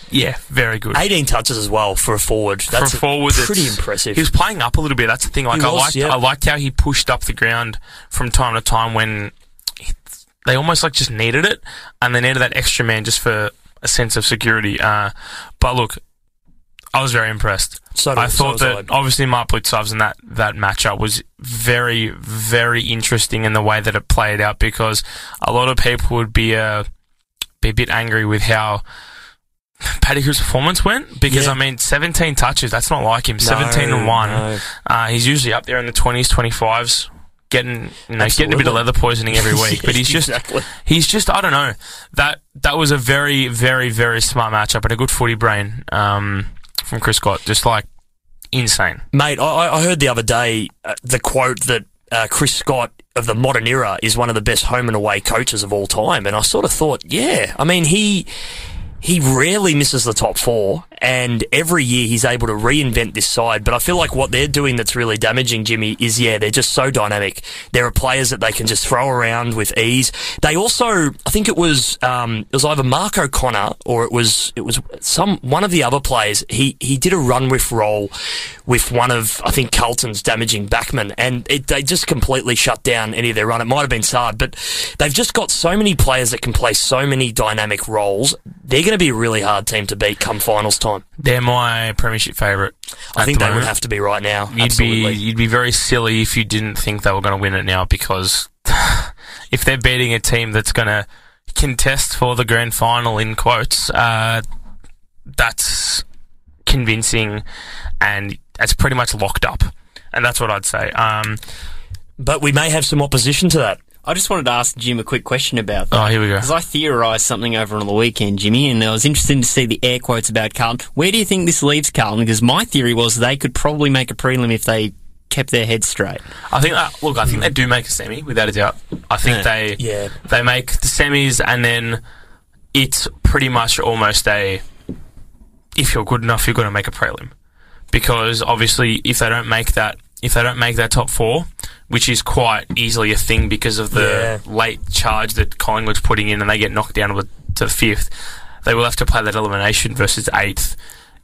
[SPEAKER 1] Yeah, very good.
[SPEAKER 2] 18 touches as well for a forward. That's
[SPEAKER 1] for forward.
[SPEAKER 2] pretty
[SPEAKER 1] it's-
[SPEAKER 2] impressive.
[SPEAKER 1] He was playing up a little bit. That's the thing. Like
[SPEAKER 2] He
[SPEAKER 1] I
[SPEAKER 2] was,
[SPEAKER 1] liked,
[SPEAKER 2] yeah.
[SPEAKER 1] I liked how he pushed up the ground from time to time when he- they almost like just needed it, and they needed that extra man just for a sense of security. Uh, but look, I was very impressed.
[SPEAKER 2] So did-
[SPEAKER 1] I
[SPEAKER 2] so
[SPEAKER 1] thought
[SPEAKER 2] was
[SPEAKER 1] that obviously Mark Blitzovs and that that matchup was very very interesting in the way that it played out because a lot of people would be uh, be a bit angry with how Paddy Cripps' performance went because
[SPEAKER 2] Yeah.
[SPEAKER 1] I mean 17 touches that's not like him 17 and one
[SPEAKER 2] no.
[SPEAKER 1] uh, he's usually up there in the 20s 25s getting you know, getting a bit
[SPEAKER 2] Absolutely.
[SPEAKER 1] of leather poisoning every week but he's just
[SPEAKER 2] Exactly.
[SPEAKER 1] he's just I don't know that that was a very very very smart matchup and a good footy brain um, from Chris Scott just like insane
[SPEAKER 2] Mate, I, I- I heard the other day uh, the quote that uh, Chris Scott of the modern era is one of the best home and away coaches of all time, and I sort of thought, yeah, I mean he he rarely misses the top four, and every year he's able to reinvent this side. But I feel like what they're doing that's really damaging Jimmy is, yeah, they're just so dynamic. There are players that they can just throw around with ease. They also, I think it was, um, it was either Mark O'Connor or it was, it was some, one of the other players. He, he did a run with roll with one of, I think, Carlton's damaging backmen and it, they just completely shut down any of their run. It might have been Sard, but they've just got so many players that can play so many dynamic roles. They're going to be a really hard team to beat come finals time.
[SPEAKER 1] They're my premiership favourite.
[SPEAKER 2] I
[SPEAKER 1] at
[SPEAKER 2] think
[SPEAKER 1] the
[SPEAKER 2] they would
[SPEAKER 1] moment.
[SPEAKER 2] have to be right now.
[SPEAKER 1] You'd
[SPEAKER 2] Absolutely.
[SPEAKER 1] be you'd be very silly if you didn't think they were going to win it now because if they're beating a team that's going to contest for the grand final in quotes, uh, that's convincing and that's pretty much locked up. And that's what I'd say. Um,
[SPEAKER 2] but we may have some opposition to that.
[SPEAKER 3] I just wanted to ask Jim a quick question about that.
[SPEAKER 1] oh, here we go.
[SPEAKER 3] Because I theorised something over on the weekend, Jimmy, and I was interested to see the air quotes about Carlton. Where do you think this leaves Carlton? Because my theory was they could probably make a prelim if they kept their heads straight.
[SPEAKER 1] I think that, look, I think they do make a semi without a doubt. I think
[SPEAKER 3] Yeah.
[SPEAKER 1] they
[SPEAKER 2] Yeah.
[SPEAKER 1] they make the semis and then it's pretty much almost a if you're good enough, you're going to make a prelim because obviously if they don't make that if they don't make that top four, which is quite easily a thing because of the late charge that Collingwood's putting in and they get knocked down with, to fifth, they will have to play that elimination versus eighth,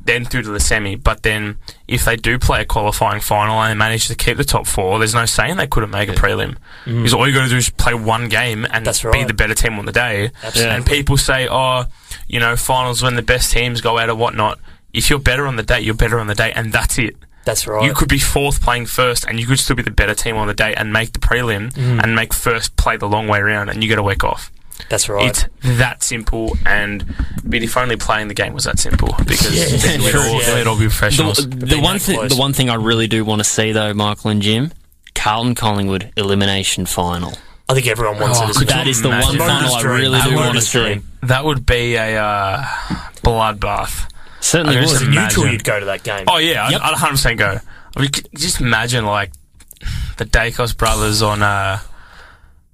[SPEAKER 1] then through to the semi. But then if they do play a qualifying final and they manage to keep the top four, there's no saying they couldn't make a prelim. Because all you got to do is play one game and
[SPEAKER 2] That's
[SPEAKER 1] be
[SPEAKER 2] right.
[SPEAKER 1] the better team on the day.
[SPEAKER 2] Absolutely.
[SPEAKER 1] And people say, oh, you know, finals when the best teams go out or whatnot. If you're better on the day, you're better on the day, and that's it.
[SPEAKER 2] That's right.
[SPEAKER 1] You could be fourth playing first, and you could still be the better team on the day and make the prelim and make first play the long way around, and you get a week off.
[SPEAKER 2] That's right.
[SPEAKER 1] It's that simple, and but if only playing the game was that simple, because
[SPEAKER 2] Yeah,
[SPEAKER 1] then we'd,
[SPEAKER 2] sure,
[SPEAKER 1] all,
[SPEAKER 2] yeah.
[SPEAKER 1] we'd all be professionals.
[SPEAKER 3] The, the one
[SPEAKER 2] that
[SPEAKER 3] thing,
[SPEAKER 2] close.
[SPEAKER 3] the one thing I really do want to see though, Michael and Jim, Carlton Collingwood elimination final.
[SPEAKER 2] I think everyone wants
[SPEAKER 1] Oh,
[SPEAKER 2] it.
[SPEAKER 1] could you
[SPEAKER 2] As
[SPEAKER 3] That is the one
[SPEAKER 1] imagine?
[SPEAKER 3] final I
[SPEAKER 2] Murder's dream.
[SPEAKER 3] really
[SPEAKER 2] That
[SPEAKER 3] do want to
[SPEAKER 2] murder's
[SPEAKER 3] see.
[SPEAKER 2] dream.
[SPEAKER 1] that would be a uh, bloodbath.
[SPEAKER 3] Certainly
[SPEAKER 1] I
[SPEAKER 3] would.
[SPEAKER 1] just
[SPEAKER 2] a neutral,
[SPEAKER 1] Imagine.
[SPEAKER 2] you'd go to that game.
[SPEAKER 1] Oh yeah, I'd, I'd 100% go. I mean, c- just imagine like the Dacos brothers on uh,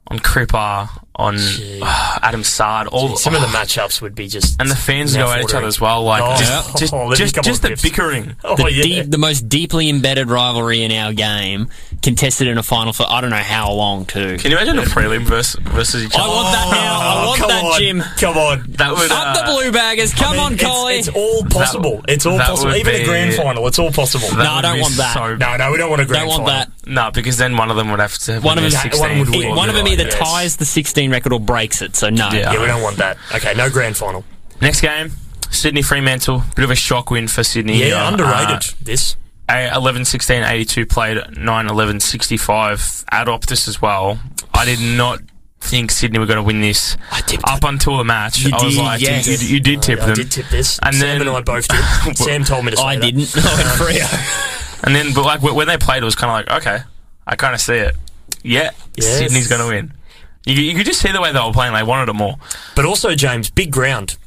[SPEAKER 1] on Kripper, on uh, Adam Sard, all
[SPEAKER 2] Some of the matchups would be just
[SPEAKER 1] and the fans go at each
[SPEAKER 2] mouth-watering.
[SPEAKER 1] other as well. Like
[SPEAKER 2] Oh,
[SPEAKER 1] just
[SPEAKER 2] yeah.
[SPEAKER 1] just
[SPEAKER 2] Oh, let me
[SPEAKER 1] just,
[SPEAKER 2] come
[SPEAKER 1] just
[SPEAKER 2] on,
[SPEAKER 1] the
[SPEAKER 2] Pips.
[SPEAKER 1] bickering.
[SPEAKER 2] Oh,
[SPEAKER 3] the,
[SPEAKER 2] yeah.
[SPEAKER 3] deep, the most deeply embedded rivalry in our game, contested in a final for I don't know how long too.
[SPEAKER 1] Can you imagine a prelim versus versus each
[SPEAKER 3] I
[SPEAKER 1] other?
[SPEAKER 3] want that now. I
[SPEAKER 2] Oh,
[SPEAKER 3] want
[SPEAKER 2] come
[SPEAKER 3] that,
[SPEAKER 2] on.
[SPEAKER 3] Jim.
[SPEAKER 2] Come on.
[SPEAKER 1] That would
[SPEAKER 3] Up
[SPEAKER 1] uh,
[SPEAKER 3] the blue baggers.
[SPEAKER 2] I
[SPEAKER 3] Come
[SPEAKER 2] mean,
[SPEAKER 3] on,
[SPEAKER 2] it's-
[SPEAKER 3] Coley.
[SPEAKER 2] It's, all possible. It's all
[SPEAKER 1] that
[SPEAKER 2] possible.
[SPEAKER 1] would
[SPEAKER 2] Even a
[SPEAKER 1] be-
[SPEAKER 2] grand final, it's all possible.
[SPEAKER 1] that
[SPEAKER 3] No, I
[SPEAKER 1] would
[SPEAKER 3] don't
[SPEAKER 1] be
[SPEAKER 3] want that.
[SPEAKER 1] So, no,
[SPEAKER 2] no, no, we don't want a grand
[SPEAKER 3] Don't want
[SPEAKER 2] final.
[SPEAKER 3] that.
[SPEAKER 1] because then one of them would have to.
[SPEAKER 3] One of
[SPEAKER 1] win
[SPEAKER 3] them-
[SPEAKER 1] their
[SPEAKER 2] Yeah, one would
[SPEAKER 1] 16th
[SPEAKER 2] win.
[SPEAKER 1] or
[SPEAKER 3] One of them
[SPEAKER 1] whatever.
[SPEAKER 3] either
[SPEAKER 2] Yes.
[SPEAKER 3] ties the 16 record or breaks it. So no.
[SPEAKER 1] Yeah.
[SPEAKER 2] Yeah, we don't want that. Okay, no grand final.
[SPEAKER 1] Next game, Sydney Fremantle. Bit of a shock win for Sydney.
[SPEAKER 2] Yeah,
[SPEAKER 1] Uh,
[SPEAKER 2] underrated. this.
[SPEAKER 1] A- 11 16 82 played 9 11 65 at Optus as well. I did not think Sydney were going to win this
[SPEAKER 2] I tipped
[SPEAKER 1] up until the match.
[SPEAKER 3] You
[SPEAKER 1] I was
[SPEAKER 3] did,
[SPEAKER 1] like, you-
[SPEAKER 3] yes.
[SPEAKER 1] you, you did tip
[SPEAKER 2] Oh, I
[SPEAKER 1] them.
[SPEAKER 2] did tip this.
[SPEAKER 1] And
[SPEAKER 2] Sam
[SPEAKER 1] then-
[SPEAKER 2] and I both did. Sam told me to say
[SPEAKER 3] I
[SPEAKER 2] that.
[SPEAKER 3] didn't. I went Freo.
[SPEAKER 1] And then, but like wh- when they played, it was kind of like, okay, I kind of see it. Yeah,
[SPEAKER 2] Yes.
[SPEAKER 1] Sydney's going to win. You, you could just see the way they were playing. They wanted it more.
[SPEAKER 2] But also, James, big ground.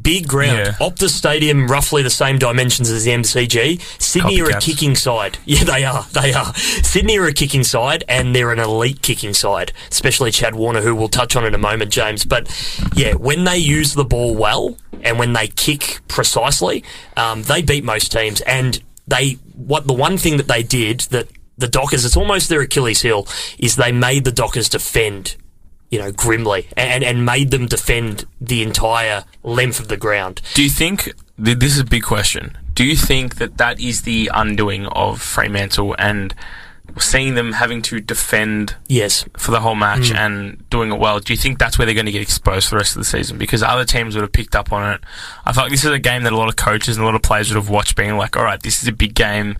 [SPEAKER 2] Big ground.
[SPEAKER 1] Yeah.
[SPEAKER 2] Optus Stadium, roughly the same dimensions as the MCG. Sydney are a
[SPEAKER 1] Copycats.
[SPEAKER 2] kicking side. Yeah, they are. They are. Sydney are a kicking side, and they're an elite kicking side, especially Chad Warner, who we'll touch on in a moment, James. But yeah, when they use the ball well and when they kick precisely, um, they beat most teams. And they, what the one thing that they did that the Dockers, it's almost their Achilles heel, is they made the Dockers defend you know, grimly and, and made them defend the entire length of the ground.
[SPEAKER 1] Do you think th- this is a big question? Do you think that that is the undoing of Fremantle and seeing them having to defend
[SPEAKER 2] Yes.
[SPEAKER 1] for the whole match and doing it well, do you think that's where they're going to get exposed for the rest of the season? Because other teams would have picked up on it. I feel like this is a game that a lot of coaches and a lot of players would have watched, being like, "All right, this is a big game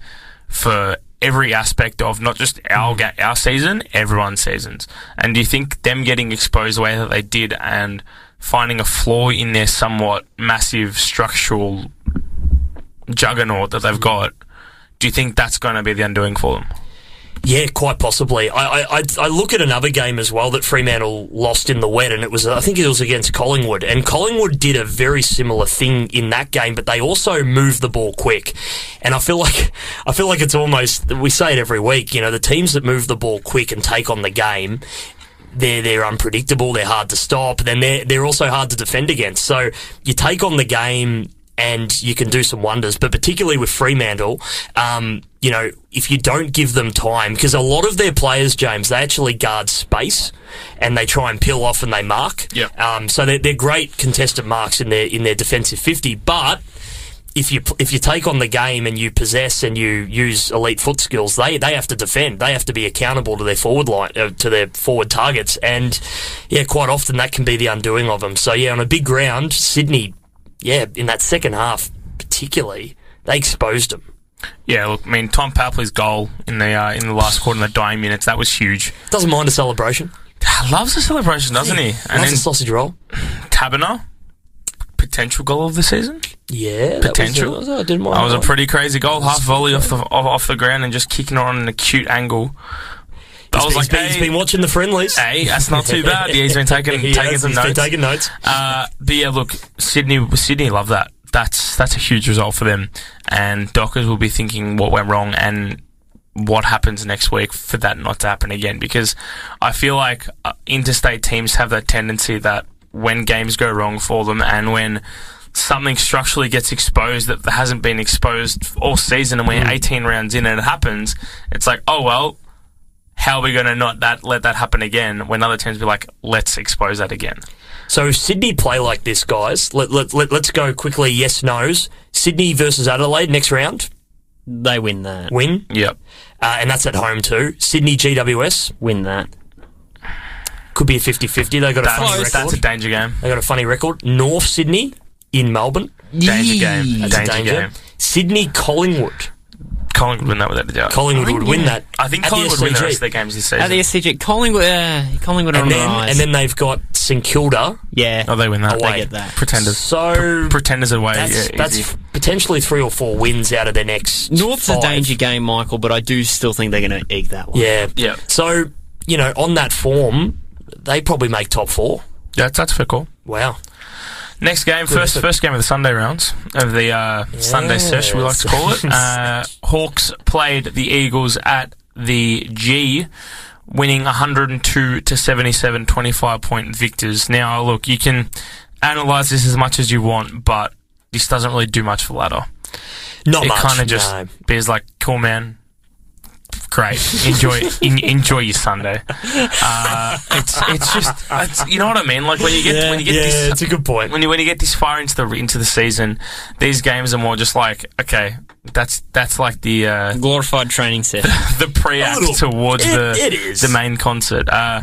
[SPEAKER 1] for every aspect of not just our ga- our season, everyone's seasons." And do you think them getting exposed the way that they did and finding a flaw in their somewhat massive structural juggernaut that they've got? Do you think that's going to be the undoing for them?
[SPEAKER 2] Yeah, quite possibly. I, I, I, I look at another game as well that Fremantle lost in the wet, and it was I think it was against Collingwood, and Collingwood did a very similar thing in that game, but they also moved the ball quick, and I feel like I feel like it's almost we say it every week. You know, the teams that move the ball quick and take on the game. They're, they're unpredictable. They're hard to stop. Then they're they're also hard to defend against. So you take on the game and you can do some wonders. But particularly with Fremantle, um, you know, if you don't give them time, because a lot of their players, James, they actually guard space and they try and peel off and they mark.
[SPEAKER 1] Yep.
[SPEAKER 2] Um, so they're, they're great contestant marks in their in their defensive fifty, but if you if you take on the game and you possess and you use elite foot skills, they they have to defend. They have to be accountable to their forward line uh, to their forward targets, and yeah, quite often that can be the undoing of them. So yeah, on a big ground, Sydney, yeah, in that second half particularly, they exposed them.
[SPEAKER 1] Yeah, look, I mean, Tom Papley's goal in the uh, in the last quarter in the dying minutes that was huge.
[SPEAKER 2] Doesn't mind a celebration.
[SPEAKER 1] Loves the celebration, doesn't he? And
[SPEAKER 2] Loves a
[SPEAKER 1] then
[SPEAKER 2] sausage roll.
[SPEAKER 1] Tabana, potential goal of the season.
[SPEAKER 2] Yeah, that
[SPEAKER 1] Potential.
[SPEAKER 2] Was, it, was it? I didn't mind.
[SPEAKER 1] That was a
[SPEAKER 2] that.
[SPEAKER 1] pretty crazy goal, half volley off the off, off the ground and just kicking it on an acute angle. I was
[SPEAKER 2] He's
[SPEAKER 1] like,
[SPEAKER 2] been- he's
[SPEAKER 1] hey,
[SPEAKER 2] been watching the friendlies.
[SPEAKER 1] hey, that's not too bad. Yeah, he's been taking
[SPEAKER 2] He
[SPEAKER 1] taking
[SPEAKER 2] has,
[SPEAKER 1] some
[SPEAKER 2] he's been
[SPEAKER 1] notes.
[SPEAKER 2] taking notes.
[SPEAKER 1] Uh, but yeah, look, Sydney, Sydney love that. That's that's a huge result for them, and Dockers will be thinking what went wrong and what happens next week for that not to happen again. Because I feel like uh, interstate teams have that tendency that when games go wrong for them and when something structurally gets exposed that hasn't been exposed all season, and we're 18 rounds in and it happens, it's like, oh well. How are we going to not that let that happen again when other teams be like, let's expose that again?
[SPEAKER 2] So if Sydney play like this, guys, let, let, let, let's go quickly yes, no's. Sydney versus Adelaide next round,
[SPEAKER 3] They win that.
[SPEAKER 2] win.
[SPEAKER 1] Yep.
[SPEAKER 2] Uh, and that's at home too. Sydney GWS
[SPEAKER 3] Win that.
[SPEAKER 2] could be a 50-50. They got a funny
[SPEAKER 1] That's, that's a
[SPEAKER 2] record.
[SPEAKER 1] danger game.
[SPEAKER 2] They got a funny record. North Sydney in Melbourne.
[SPEAKER 1] Danger
[SPEAKER 3] Yee.
[SPEAKER 1] game.
[SPEAKER 2] That's
[SPEAKER 1] danger,
[SPEAKER 2] a danger.
[SPEAKER 1] game.
[SPEAKER 2] Sydney Collingwood.
[SPEAKER 1] Collingwood win that without a doubt.
[SPEAKER 2] Collingwood would win that.
[SPEAKER 1] I think
[SPEAKER 2] at the
[SPEAKER 1] Collingwood win the
[SPEAKER 2] SCG.
[SPEAKER 1] rest of their games this
[SPEAKER 3] At
[SPEAKER 1] season.
[SPEAKER 3] the SCG, Collingwood, uh, Collingwood are on
[SPEAKER 2] and
[SPEAKER 3] the
[SPEAKER 2] then,
[SPEAKER 3] rise.
[SPEAKER 2] and then they've got St Kilda.
[SPEAKER 3] yeah,
[SPEAKER 1] oh, they win that.
[SPEAKER 2] Away.
[SPEAKER 3] they get that.
[SPEAKER 1] Pretenders.
[SPEAKER 2] So
[SPEAKER 1] Pretenders away.
[SPEAKER 2] that's,
[SPEAKER 1] yeah,
[SPEAKER 2] that's
[SPEAKER 1] easy.
[SPEAKER 2] potentially three or four wins out of their next
[SPEAKER 3] North's a
[SPEAKER 2] five.
[SPEAKER 3] danger game, Michael, but I do still think they're going to egg that one.
[SPEAKER 2] Yeah.
[SPEAKER 1] Yeah.
[SPEAKER 2] So, you know, on that form, they probably make top four.
[SPEAKER 1] That's, that's fair call.
[SPEAKER 2] Wow.
[SPEAKER 1] Next game, first
[SPEAKER 2] effort.
[SPEAKER 1] first game of the Sunday rounds of the uh, Sunday sesh, we like to call it. Uh, Hawks played the Eagles at the G, winning 102 to 77, 25 point victors. Now, look, you can analyze this as much as you want, but this doesn't really do much for ladder.
[SPEAKER 2] Not
[SPEAKER 1] it
[SPEAKER 2] much.
[SPEAKER 1] kind of just
[SPEAKER 2] no.
[SPEAKER 1] beers like, cool man, great, enjoy in, enjoy your Sunday. Uh, it's it's just it's, you know what I mean. Like when you get when you get
[SPEAKER 2] yeah,
[SPEAKER 1] this
[SPEAKER 2] it's a good point.
[SPEAKER 1] when you when you get this far into the into the season, these games are more just like okay, that's that's like the uh,
[SPEAKER 3] Glorified training session.
[SPEAKER 1] the
[SPEAKER 2] A
[SPEAKER 1] preact
[SPEAKER 2] little-
[SPEAKER 1] towards
[SPEAKER 2] it-
[SPEAKER 1] the
[SPEAKER 2] it is.
[SPEAKER 1] the main concert. Uh,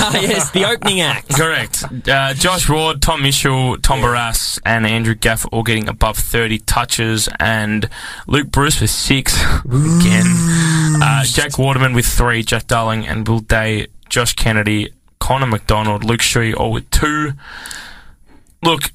[SPEAKER 3] Ah, yes, the opening act.
[SPEAKER 1] Correct. Uh, Josh Ward, Tom Mitchell, Tom Barras, and Andrew Gaff all getting above 30 touches, and Luke Bruce with six again. Uh, Jack Waterman with three, Jack Darling and Will Day, Josh Kennedy, Connor McDonald, Luke Shree all with two. Look,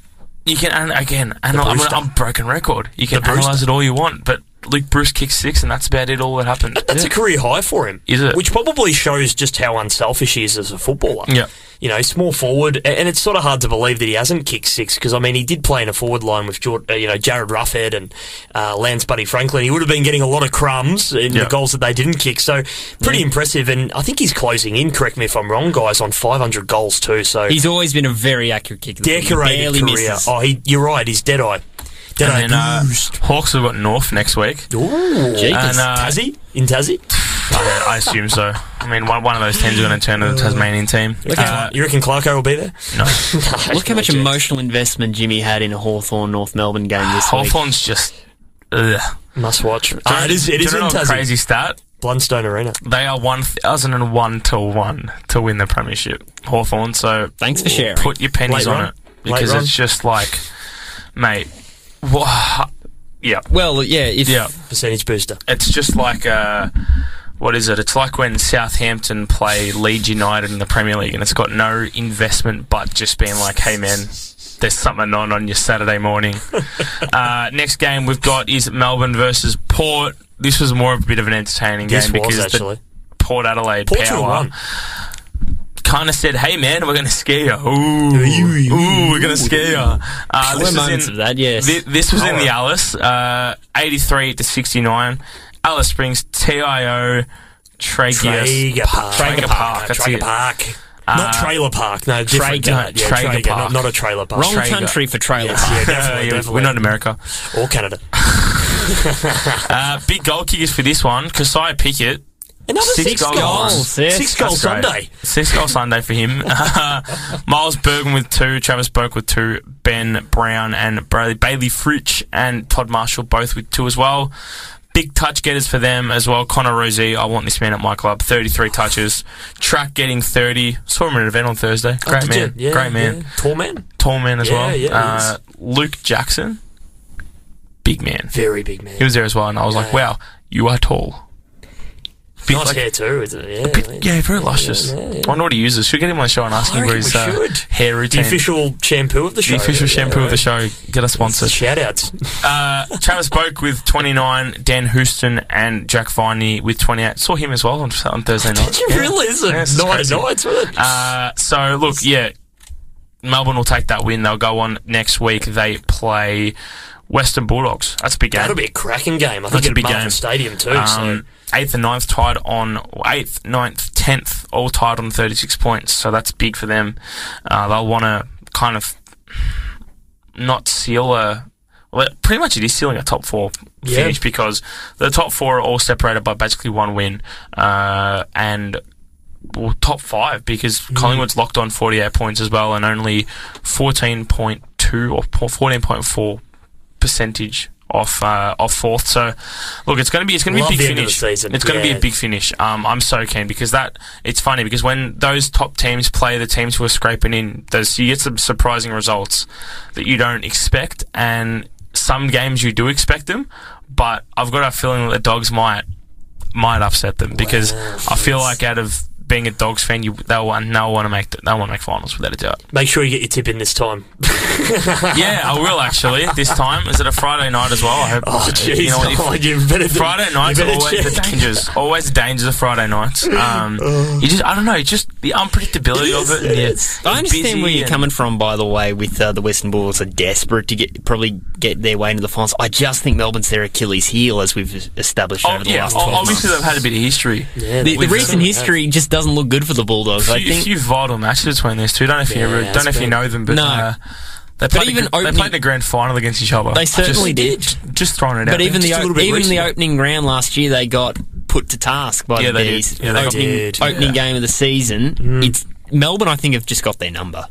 [SPEAKER 1] you can, and again, and I'm,
[SPEAKER 2] Brewster.
[SPEAKER 1] I'm broken record. You can
[SPEAKER 2] The Brewster.
[SPEAKER 1] analyze it all you want, but Luke Bruce kicked six, and that's about it, all that happened.
[SPEAKER 2] That's a career high for him.
[SPEAKER 1] Is it?
[SPEAKER 2] Which probably shows just how unselfish he is as a footballer.
[SPEAKER 1] Yeah.
[SPEAKER 2] You know, small forward, a- and it's sort of hard to believe that he hasn't kicked six because, I mean, he did play in a forward line with, Jord- uh, you know, Jared Roughhead and uh, Lance Buddy Franklin. He would have been getting a lot of crumbs in
[SPEAKER 1] Yeah.
[SPEAKER 2] the goals that they didn't kick. So, pretty impressive. And I think he's closing in, correct me if I'm wrong, guys, on 500 goals too. So,
[SPEAKER 3] He's always been a very accurate kicker.
[SPEAKER 2] decorated
[SPEAKER 3] Barely
[SPEAKER 2] career.
[SPEAKER 3] misses.
[SPEAKER 2] Oh, he, you're right. He's dead eye. Dead eye.
[SPEAKER 1] And then uh, Hawks have got North next week.
[SPEAKER 2] Ooh.
[SPEAKER 1] And, uh,
[SPEAKER 2] Tassie in Tassie.
[SPEAKER 1] I, I assume so. I mean, one, one of those teams are going to turn to the Tasmanian team. Uh,
[SPEAKER 2] you reckon Clarko will be there?
[SPEAKER 1] no.
[SPEAKER 3] Look how much
[SPEAKER 2] Legend.
[SPEAKER 3] emotional investment Jimmy had in a Hawthorn North Melbourne game this week.
[SPEAKER 1] Hawthorn's just. Ugh.
[SPEAKER 2] Must watch. Uh, it is. It
[SPEAKER 1] Do
[SPEAKER 2] is
[SPEAKER 1] you
[SPEAKER 2] in
[SPEAKER 1] know a
[SPEAKER 2] Tassie.
[SPEAKER 1] crazy start.
[SPEAKER 2] Blundstone Arena.
[SPEAKER 1] They are 1,001 to 1 to win the Premiership, Hawthorn. So
[SPEAKER 3] Thanks for sharing.
[SPEAKER 1] put your pennies
[SPEAKER 2] Late
[SPEAKER 1] on
[SPEAKER 2] run.
[SPEAKER 1] it because
[SPEAKER 2] Late run.
[SPEAKER 1] it's just like, mate, wha- yeah,
[SPEAKER 3] Well, yeah, if
[SPEAKER 1] yeah.
[SPEAKER 2] Percentage booster.
[SPEAKER 1] It's just like, uh, what is it? It's like when Southampton play Leeds United in the Premier League and it's got no investment but just being like, hey, man, there's something on on your Saturday morning. uh, next game we've got is Melbourne versus Port. This was more of a bit of an entertaining
[SPEAKER 2] This
[SPEAKER 1] game
[SPEAKER 2] was
[SPEAKER 1] because the
[SPEAKER 2] actually.
[SPEAKER 1] Port Adelaide
[SPEAKER 2] Port should have
[SPEAKER 1] Power
[SPEAKER 2] won.
[SPEAKER 1] kind of said, hey, man, we're going to scare you. Ooh, ooh, we're going to scare you. Uh, this
[SPEAKER 3] there were
[SPEAKER 1] is
[SPEAKER 3] moments
[SPEAKER 1] in-
[SPEAKER 3] of that, yes.
[SPEAKER 1] Thi- this was in the Alice, uh, 83 to 69. Alice Springs, TIO, Tragias. Traeger
[SPEAKER 2] Traeger Park.
[SPEAKER 1] Park, that's
[SPEAKER 2] Traeger
[SPEAKER 1] it. Uh,
[SPEAKER 2] Park. Not trailer park. No, different.
[SPEAKER 3] Traeger.
[SPEAKER 2] no, yeah,
[SPEAKER 1] Traeger
[SPEAKER 2] Traeger,
[SPEAKER 1] park.
[SPEAKER 2] Not, not a trailer park.
[SPEAKER 3] Wrong
[SPEAKER 1] Traeger.
[SPEAKER 3] country for trailer
[SPEAKER 2] Yeah,
[SPEAKER 3] park.
[SPEAKER 2] definitely,
[SPEAKER 1] yeah,
[SPEAKER 2] definitely.
[SPEAKER 1] we're not in America.
[SPEAKER 2] or Canada.
[SPEAKER 1] Uh, big goal kickers for this one. Kasai Pickett.
[SPEAKER 2] Another
[SPEAKER 1] Six
[SPEAKER 2] six,
[SPEAKER 1] goals.
[SPEAKER 2] goals.
[SPEAKER 3] Yes,
[SPEAKER 2] six goal
[SPEAKER 1] That's great.
[SPEAKER 2] Sunday.
[SPEAKER 1] Six goal Sunday for him. Miles Bergen with two, Travis Burke with two, Ben Brown and Bradley, Bailey Fritch and Todd Marshall both with two as well. Big touch getters for them as well. Connor Rosie, I want this man at my club. 33 touches. Track getting 30. Saw him at an event on Thursday. Great
[SPEAKER 2] Oh, Did
[SPEAKER 1] man.
[SPEAKER 2] you? Yeah,
[SPEAKER 1] Great man.
[SPEAKER 2] yeah. Tall man.
[SPEAKER 1] Tall man as
[SPEAKER 2] Yeah,
[SPEAKER 1] well.
[SPEAKER 2] yeah, he
[SPEAKER 1] uh,
[SPEAKER 2] is.
[SPEAKER 1] Luke Jackson. Big man.
[SPEAKER 2] Very big man.
[SPEAKER 1] He was there as well, and I was like,
[SPEAKER 2] Yeah.
[SPEAKER 1] wow, you are tall. Big,
[SPEAKER 2] nice
[SPEAKER 1] like,
[SPEAKER 2] hair too, isn't it? Yeah.
[SPEAKER 1] Bit- yeah, very luscious.
[SPEAKER 2] yeah, yeah.
[SPEAKER 1] I wonder what he uses. Should we get him on the show and ask
[SPEAKER 2] I
[SPEAKER 1] him for
[SPEAKER 2] reckon
[SPEAKER 1] his
[SPEAKER 2] we
[SPEAKER 1] uh,
[SPEAKER 2] should.
[SPEAKER 1] hair
[SPEAKER 2] The
[SPEAKER 1] routine.
[SPEAKER 2] official shampoo of the show.
[SPEAKER 1] The official
[SPEAKER 2] Yeah,
[SPEAKER 1] shampoo of the
[SPEAKER 2] right.
[SPEAKER 1] show. Get a sponsor.
[SPEAKER 2] Shout outs.
[SPEAKER 1] Uh, Travis Boak with 29, Dan Houston and Jack Viney with 28. Saw him as well on, on Thursday night.
[SPEAKER 2] Did you really? Is it
[SPEAKER 1] Yeah, it's
[SPEAKER 2] nine
[SPEAKER 1] crazy.
[SPEAKER 2] nights with it?
[SPEAKER 1] Uh, so look, yeah, Melbourne will take that win. They'll go on next week. They play Western Bulldogs. That's a big game.
[SPEAKER 2] That'll be a cracking game. I
[SPEAKER 1] That's
[SPEAKER 2] think
[SPEAKER 1] a big
[SPEAKER 2] it'll be Marvel
[SPEAKER 1] game.
[SPEAKER 2] Stadium too. so
[SPEAKER 1] Um, eighth and ninth tied on eighth, 9th, tenth, all tied on thirty-six points. So that's big for them. Uh, they'll want to kind of not seal a. Well, it- pretty much it is sealing a top four
[SPEAKER 2] Yeah.
[SPEAKER 1] finish because the top four are all separated by basically one win, uh, and well, top five because
[SPEAKER 2] Mm.
[SPEAKER 1] Collingwood's locked on forty-eight points as well, and only fourteen point two or fourteen point four percentage off uh, off fourth. So, look, it's going to be it's going to be a
[SPEAKER 2] Love
[SPEAKER 1] big
[SPEAKER 2] the end of the
[SPEAKER 1] finish.
[SPEAKER 2] season.
[SPEAKER 1] It's going to be
[SPEAKER 2] Yeah.
[SPEAKER 1] a big finish. Um, I'm so keen because that it's funny because when those top teams play the teams who are scraping in, those you get some surprising results that you don't expect, and some games you do expect them. But I've got a feeling that the dogs might might upset them because I feel like out of being a dogs fan, you they'll want they'll want to make the, they'll want to make finals without a doubt.
[SPEAKER 2] make sure you get your tip in this time.
[SPEAKER 1] Yeah, I will actually. This time is it a Friday night as well? I hope.
[SPEAKER 2] Oh jeez,
[SPEAKER 1] you know what, if-
[SPEAKER 2] oh, you better
[SPEAKER 1] Friday nights
[SPEAKER 2] you
[SPEAKER 1] are
[SPEAKER 2] better
[SPEAKER 1] always the
[SPEAKER 2] check.
[SPEAKER 1] dangers. Always the dangers of Friday nights. Um, you just I don't know. It's just the unpredictability
[SPEAKER 2] It is,
[SPEAKER 1] of it.
[SPEAKER 2] it
[SPEAKER 1] and
[SPEAKER 2] is.
[SPEAKER 1] you're
[SPEAKER 3] I understand
[SPEAKER 1] busy
[SPEAKER 3] where you're
[SPEAKER 1] and-
[SPEAKER 3] coming from, by the way, with uh, the Western Bulldogs are desperate to get probably get their way into the finals. I just think Melbourne's their Achilles heel, as we've established
[SPEAKER 1] Oh,
[SPEAKER 3] over the
[SPEAKER 1] yeah,
[SPEAKER 3] last 12
[SPEAKER 1] oh, obviously
[SPEAKER 3] months.
[SPEAKER 1] they've had a bit of history.
[SPEAKER 2] Yeah,
[SPEAKER 3] The, the
[SPEAKER 1] We've-
[SPEAKER 3] recent history just doesn't look good for the Bulldogs. I
[SPEAKER 1] few,
[SPEAKER 3] think
[SPEAKER 1] few vital matches between these two. Don't know if you
[SPEAKER 2] Yeah,
[SPEAKER 1] ever, don't know if you
[SPEAKER 2] it's
[SPEAKER 1] know them, but
[SPEAKER 3] No.
[SPEAKER 1] uh, they played
[SPEAKER 3] even
[SPEAKER 1] the, gr-
[SPEAKER 3] opening-
[SPEAKER 1] they played the grand final against each other.
[SPEAKER 3] they certainly
[SPEAKER 1] just,
[SPEAKER 3] did.
[SPEAKER 1] Just throwing it out.
[SPEAKER 3] But
[SPEAKER 1] there.
[SPEAKER 3] even the
[SPEAKER 2] Just a
[SPEAKER 3] o-
[SPEAKER 2] little bit
[SPEAKER 3] even the
[SPEAKER 2] recent.
[SPEAKER 3] opening round last year, they got put to task by
[SPEAKER 1] Yeah,
[SPEAKER 3] the
[SPEAKER 1] they did.
[SPEAKER 3] Bees.
[SPEAKER 1] Yeah, they got-
[SPEAKER 3] opening
[SPEAKER 2] Did,
[SPEAKER 3] opening game of the season. It's Melbourne. I think have just got their number.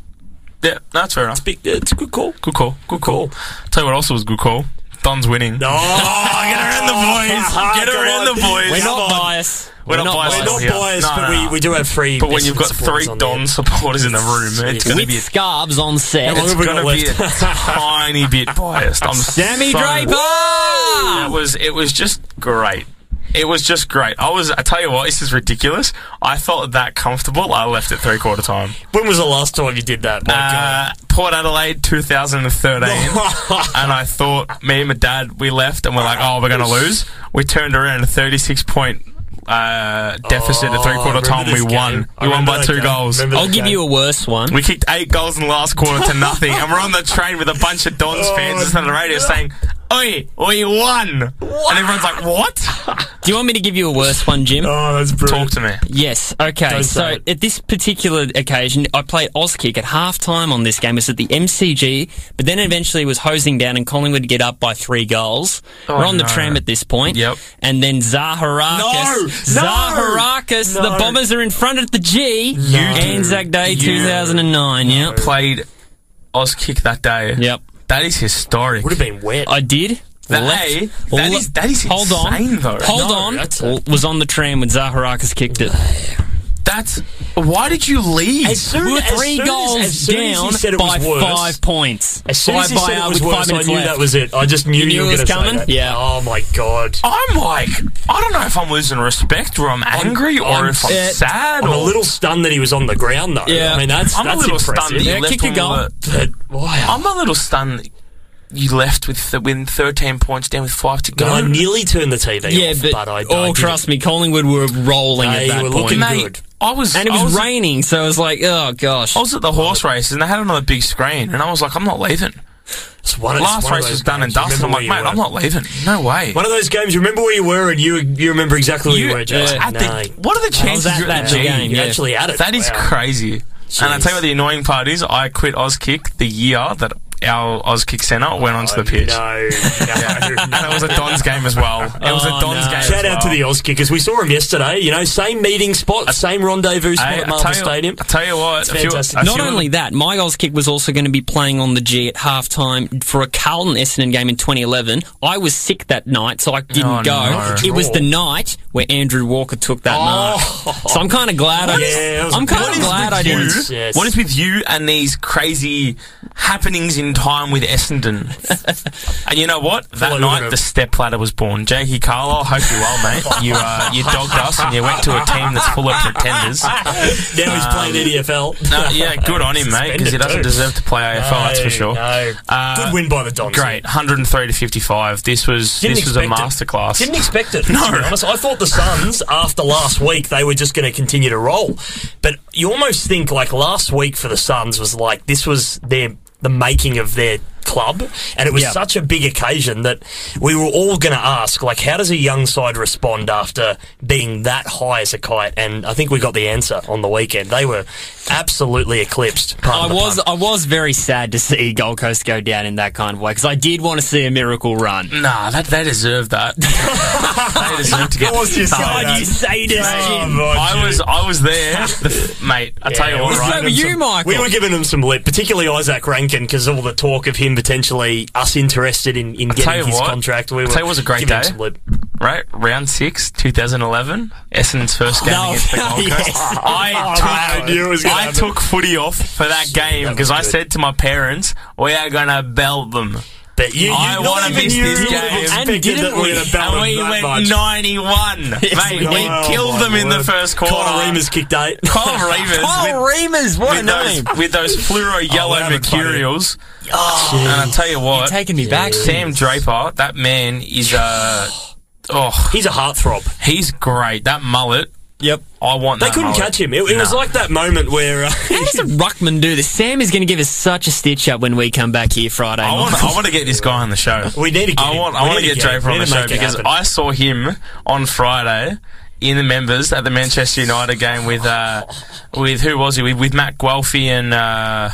[SPEAKER 1] yeah, no, that's fair enough.
[SPEAKER 2] Big, it's a good call.
[SPEAKER 1] Good call. Good call. Tell you what else was a good call. Don's winning.
[SPEAKER 2] Oh,
[SPEAKER 1] Get around the boys. Get around the boys.
[SPEAKER 3] We're
[SPEAKER 2] Come
[SPEAKER 3] not
[SPEAKER 2] on.
[SPEAKER 3] biased.
[SPEAKER 1] We're not biased.
[SPEAKER 2] We're
[SPEAKER 1] Oh,
[SPEAKER 2] not
[SPEAKER 1] yeah.
[SPEAKER 2] biased,
[SPEAKER 1] No,
[SPEAKER 2] but
[SPEAKER 1] no, no.
[SPEAKER 2] we, we do have free.
[SPEAKER 1] But when you've got
[SPEAKER 2] Essendon supporters
[SPEAKER 1] three
[SPEAKER 2] on
[SPEAKER 1] Don
[SPEAKER 2] there.
[SPEAKER 1] supporters in the room, it's going to
[SPEAKER 3] With
[SPEAKER 1] be a
[SPEAKER 3] scarves on set.
[SPEAKER 2] How long have
[SPEAKER 1] It's
[SPEAKER 2] we got
[SPEAKER 1] gonna be a
[SPEAKER 2] left?
[SPEAKER 1] tiny bit biased. I'm
[SPEAKER 3] Sammy
[SPEAKER 1] so- That
[SPEAKER 3] Draper.
[SPEAKER 1] was it was just great. It was just great. I was I tell you what, this is ridiculous. I felt that comfortable. I left at three quarter time.
[SPEAKER 2] When was the last time you did that? My God.
[SPEAKER 1] Uh, Port Adelaide 2013. and I thought me and my dad we left and we're like, oh, we're gonna lose. We turned around a 36 point uh, deficit at three
[SPEAKER 2] Oh, I
[SPEAKER 1] quarter
[SPEAKER 2] remember
[SPEAKER 1] time. We
[SPEAKER 2] this game.
[SPEAKER 1] won.
[SPEAKER 2] I
[SPEAKER 1] We won
[SPEAKER 2] remember
[SPEAKER 1] by
[SPEAKER 2] that
[SPEAKER 1] two
[SPEAKER 2] game.
[SPEAKER 1] goals.
[SPEAKER 2] Remember
[SPEAKER 3] I'll
[SPEAKER 2] that
[SPEAKER 3] give
[SPEAKER 2] game.
[SPEAKER 3] you a worse one.
[SPEAKER 1] We kicked eight goals in the last quarter to nothing, and we're on the train with a bunch of Dons fans listening to the radio saying, Oi, we won! And everyone's like, What?
[SPEAKER 3] Do you want me to give you a worse one, Jim?
[SPEAKER 2] Oh, that's
[SPEAKER 1] Talk
[SPEAKER 2] brilliant.
[SPEAKER 1] to me.
[SPEAKER 3] Yes. Okay.
[SPEAKER 2] Don't
[SPEAKER 3] so
[SPEAKER 2] say it.
[SPEAKER 3] at this particular occasion, I played Auskick at half time on this game. It's at the MCG, but then eventually was hosing down and Collingwood get up by three goals.
[SPEAKER 1] Oh,
[SPEAKER 3] We're on
[SPEAKER 1] no.
[SPEAKER 3] the tram at this point.
[SPEAKER 1] Yep.
[SPEAKER 3] And then Zaharakis.
[SPEAKER 2] No! No!
[SPEAKER 3] Zaharakis. The
[SPEAKER 2] No.
[SPEAKER 3] Bombers are in front at the G. Anzac Day
[SPEAKER 1] You-
[SPEAKER 3] 2009. Yep.
[SPEAKER 1] Played Oz kick that day.
[SPEAKER 3] Yep.
[SPEAKER 1] That is historic.
[SPEAKER 2] Would have been wet.
[SPEAKER 3] I did.
[SPEAKER 1] That-
[SPEAKER 3] Left-
[SPEAKER 1] hey, that
[SPEAKER 3] le-
[SPEAKER 1] is- that is
[SPEAKER 3] hold
[SPEAKER 1] insane,
[SPEAKER 3] on.
[SPEAKER 1] though.
[SPEAKER 3] Hold
[SPEAKER 2] No,
[SPEAKER 3] on.
[SPEAKER 2] that's a-
[SPEAKER 3] was on the tram when Zaharakis kicked it.
[SPEAKER 1] That's. Why did you leave?
[SPEAKER 2] As soon-
[SPEAKER 3] We were three
[SPEAKER 2] soon as-
[SPEAKER 3] goals
[SPEAKER 2] as soon as he
[SPEAKER 3] down
[SPEAKER 2] said it was
[SPEAKER 3] by
[SPEAKER 2] worse-
[SPEAKER 3] five points.
[SPEAKER 2] As soon
[SPEAKER 3] By-
[SPEAKER 2] as he
[SPEAKER 3] by,
[SPEAKER 2] said
[SPEAKER 3] uh,
[SPEAKER 2] it was
[SPEAKER 3] with
[SPEAKER 2] worse,
[SPEAKER 3] five
[SPEAKER 2] I
[SPEAKER 3] minutes
[SPEAKER 2] knew
[SPEAKER 3] left.
[SPEAKER 2] that was it. I just knew you,
[SPEAKER 3] knew
[SPEAKER 2] were
[SPEAKER 3] it was
[SPEAKER 2] gonna say
[SPEAKER 3] coming?
[SPEAKER 2] that.
[SPEAKER 3] Yeah.
[SPEAKER 2] Oh my god.
[SPEAKER 1] I'm like, I don't know if I'm losing respect or I'm angry or
[SPEAKER 2] I'm-
[SPEAKER 1] if I'm
[SPEAKER 3] uh,
[SPEAKER 1] sad
[SPEAKER 2] I'm
[SPEAKER 1] or.
[SPEAKER 2] a little stunned that he was on the ground though.
[SPEAKER 3] Yeah.
[SPEAKER 2] I mean that's
[SPEAKER 1] I'm a
[SPEAKER 2] that's
[SPEAKER 1] little
[SPEAKER 2] impressive.
[SPEAKER 1] stunned that you
[SPEAKER 3] Yeah,
[SPEAKER 1] left
[SPEAKER 3] kick a
[SPEAKER 1] when we
[SPEAKER 3] goal.
[SPEAKER 1] were-
[SPEAKER 2] But wow.
[SPEAKER 1] I'm a little stunned that you left with the win 13 points down with five to go.
[SPEAKER 2] I nearly turned the TV
[SPEAKER 3] Yeah,
[SPEAKER 2] off,
[SPEAKER 3] but,
[SPEAKER 2] but, I, I
[SPEAKER 3] oh,
[SPEAKER 2] didn't.
[SPEAKER 3] trust me, Collingwood were rolling
[SPEAKER 2] They
[SPEAKER 3] at that
[SPEAKER 2] were
[SPEAKER 3] point.
[SPEAKER 2] looking
[SPEAKER 1] Mate,
[SPEAKER 2] good.
[SPEAKER 1] I was
[SPEAKER 3] and it
[SPEAKER 1] I
[SPEAKER 3] was,
[SPEAKER 1] was
[SPEAKER 3] raining, so it was like, oh gosh.
[SPEAKER 1] I was at the horse races and they had it on the big screen, and I was like, I'm not leaving.
[SPEAKER 2] It's one of- it's
[SPEAKER 1] Last
[SPEAKER 2] one of
[SPEAKER 1] race
[SPEAKER 2] those
[SPEAKER 1] was done and
[SPEAKER 2] games. Remember
[SPEAKER 1] dusted. I'm
[SPEAKER 2] where
[SPEAKER 1] like,
[SPEAKER 2] you
[SPEAKER 1] mate,
[SPEAKER 2] were.
[SPEAKER 1] I'm not leaving. No way.
[SPEAKER 2] One of those games. Remember where you were, and you you remember exactly where you,
[SPEAKER 1] You-
[SPEAKER 2] were. Jason.
[SPEAKER 1] at the- what are the
[SPEAKER 2] I was
[SPEAKER 1] chances
[SPEAKER 2] at
[SPEAKER 1] you're at
[SPEAKER 2] that
[SPEAKER 1] the
[SPEAKER 2] game.
[SPEAKER 1] game?
[SPEAKER 2] You
[SPEAKER 3] yeah.
[SPEAKER 2] actually had it.
[SPEAKER 1] That is
[SPEAKER 2] Wow.
[SPEAKER 1] crazy. And I
[SPEAKER 2] Jeez.
[SPEAKER 1] tell you what, the annoying part is, I quit OzKick the year that our OzKick Centre went onto the pitch.
[SPEAKER 2] No, no.
[SPEAKER 1] And it was a Don's game as well. It was a
[SPEAKER 3] Oh,
[SPEAKER 1] Don's
[SPEAKER 3] no.
[SPEAKER 1] game.
[SPEAKER 2] Shout
[SPEAKER 1] as
[SPEAKER 2] out to
[SPEAKER 1] well.
[SPEAKER 2] the Oz kickers. We saw him yesterday. You know, same meeting spot, same rendezvous spot
[SPEAKER 1] Hey,
[SPEAKER 2] at
[SPEAKER 1] I
[SPEAKER 2] Marvel
[SPEAKER 1] tell you,
[SPEAKER 2] Stadium.
[SPEAKER 1] I tell you what, a few-
[SPEAKER 2] fantastic.
[SPEAKER 1] a
[SPEAKER 3] Not
[SPEAKER 1] few of
[SPEAKER 3] only that, my goals kick was also going to be playing on the G at halftime for a Carlton Essendon game in 2011. I was sick that night, so I didn't
[SPEAKER 1] Oh,
[SPEAKER 3] go.
[SPEAKER 1] no.
[SPEAKER 3] It was the night where Andrew Walker took that mark. So I'm kind of glad. I,
[SPEAKER 2] is- Oh. Yeah, it was
[SPEAKER 3] I'm
[SPEAKER 2] a
[SPEAKER 3] kind
[SPEAKER 2] bit-
[SPEAKER 3] of
[SPEAKER 2] what is
[SPEAKER 3] glad
[SPEAKER 1] with
[SPEAKER 3] I didn't.
[SPEAKER 1] you,
[SPEAKER 2] Yes.
[SPEAKER 1] What is with you and these crazy happenings in time with Essendon? and you know what? That
[SPEAKER 2] Follow
[SPEAKER 1] night,
[SPEAKER 2] them.
[SPEAKER 1] the step ladder was born. Jakey Carlisle, hope you're well, mate. You uh, you dogged us and you went to a team that's full of pretenders.
[SPEAKER 2] Now he's playing EDFL.
[SPEAKER 1] Um, No, yeah, good on him, mate, because he
[SPEAKER 2] Suspended
[SPEAKER 1] doesn't
[SPEAKER 2] too.
[SPEAKER 1] deserve to play AFL. that's for
[SPEAKER 2] No,
[SPEAKER 1] sure.
[SPEAKER 2] no.
[SPEAKER 1] Uh,
[SPEAKER 2] Good win by the Dons.
[SPEAKER 1] Great, 103 to 55. This was
[SPEAKER 2] Didn't
[SPEAKER 1] this was a
[SPEAKER 2] expect it.
[SPEAKER 1] masterclass.
[SPEAKER 2] Didn't expect it.
[SPEAKER 1] No.
[SPEAKER 2] To be honest. I thought the Suns, after last week, they were just going to continue to roll. But you almost think like last week for the Suns was like this was their the making of their club, and it was
[SPEAKER 3] Yeah.
[SPEAKER 2] such a big occasion that we were all going to ask like, how does a young side respond after being that high as a kite? And I think we got the answer on the weekend. They were absolutely eclipsed.
[SPEAKER 3] I
[SPEAKER 2] Pardon the
[SPEAKER 3] was
[SPEAKER 2] pun.
[SPEAKER 3] I was very sad to see Gold Coast go down in that kind of way because I did want to see a miracle run.
[SPEAKER 1] Nah, that, they deserve that. they deserve to get
[SPEAKER 3] God, you sadist!
[SPEAKER 2] Oh,
[SPEAKER 3] Jim.
[SPEAKER 2] my
[SPEAKER 1] I was I was there, the f- mate. I tell you
[SPEAKER 2] Yeah,
[SPEAKER 1] what,
[SPEAKER 2] we
[SPEAKER 1] right?
[SPEAKER 3] So were you, Michael?
[SPEAKER 2] We were giving him some lip, particularly Isaac Rankin, because all the talk of him potentially us interested in, in
[SPEAKER 1] tell you
[SPEAKER 2] getting his
[SPEAKER 1] what.
[SPEAKER 2] contract.
[SPEAKER 1] I'll
[SPEAKER 2] We were
[SPEAKER 1] tell you it was a great
[SPEAKER 2] giving him
[SPEAKER 1] day.
[SPEAKER 2] some lip.
[SPEAKER 1] Right, round six, 2011, Essendon's first game
[SPEAKER 3] No.
[SPEAKER 1] against the Gold
[SPEAKER 3] Yes.
[SPEAKER 1] Coast.
[SPEAKER 2] Oh,
[SPEAKER 1] I
[SPEAKER 2] I
[SPEAKER 1] took,
[SPEAKER 2] knew it was gonna
[SPEAKER 1] I
[SPEAKER 2] happen.
[SPEAKER 1] took footy off for that game
[SPEAKER 2] that
[SPEAKER 1] because
[SPEAKER 2] was
[SPEAKER 1] I
[SPEAKER 2] good.
[SPEAKER 1] said to my parents, "We are gonna belt them."
[SPEAKER 2] But you, you
[SPEAKER 1] I
[SPEAKER 2] not
[SPEAKER 1] wanna
[SPEAKER 2] even
[SPEAKER 1] miss
[SPEAKER 2] you
[SPEAKER 1] this
[SPEAKER 2] would
[SPEAKER 1] game.
[SPEAKER 2] have
[SPEAKER 3] And
[SPEAKER 2] expected
[SPEAKER 3] didn't
[SPEAKER 2] that we were going
[SPEAKER 3] we?
[SPEAKER 2] to battle
[SPEAKER 1] and we
[SPEAKER 2] that
[SPEAKER 1] went
[SPEAKER 2] much.
[SPEAKER 1] 91. Mate,
[SPEAKER 3] we
[SPEAKER 1] we
[SPEAKER 3] did.
[SPEAKER 2] Oh,
[SPEAKER 1] killed
[SPEAKER 2] my
[SPEAKER 1] them in the
[SPEAKER 2] word.
[SPEAKER 1] first quarter.
[SPEAKER 2] Kyle Remus kicked eight.
[SPEAKER 1] Kyle Remus with-
[SPEAKER 3] Kyle Remus, what a
[SPEAKER 1] with
[SPEAKER 3] name!
[SPEAKER 1] those with those
[SPEAKER 2] Oh,
[SPEAKER 1] fluoro yellow
[SPEAKER 2] having fun here.
[SPEAKER 1] mercurials.
[SPEAKER 2] Oh.
[SPEAKER 1] and I tell you what,
[SPEAKER 3] Taking me back.
[SPEAKER 1] Sam Draper, that man is uh oh,
[SPEAKER 2] He's a heartthrob.
[SPEAKER 1] he's great. That mullet,
[SPEAKER 3] Yep.
[SPEAKER 1] I want.
[SPEAKER 2] They
[SPEAKER 1] that
[SPEAKER 2] couldn't
[SPEAKER 1] mullet.
[SPEAKER 2] catch him. It, it was
[SPEAKER 1] Nah.
[SPEAKER 2] like that moment where. Uh,
[SPEAKER 3] How does a ruckman do this? Sam is going to give us such a stitch up when we come back here Friday.
[SPEAKER 1] I want.
[SPEAKER 3] night.
[SPEAKER 1] I want to get this guy on the show.
[SPEAKER 2] We need to get
[SPEAKER 1] I
[SPEAKER 2] him.
[SPEAKER 1] want.
[SPEAKER 2] We
[SPEAKER 1] I want to
[SPEAKER 2] need to
[SPEAKER 1] get
[SPEAKER 2] get him.
[SPEAKER 1] Draper on
[SPEAKER 2] We
[SPEAKER 1] the
[SPEAKER 2] need to
[SPEAKER 1] show
[SPEAKER 2] make it
[SPEAKER 1] because
[SPEAKER 2] happen.
[SPEAKER 1] I saw him on Friday in the members at the Manchester United game with uh with who was he with, with Matt Guelphy and uh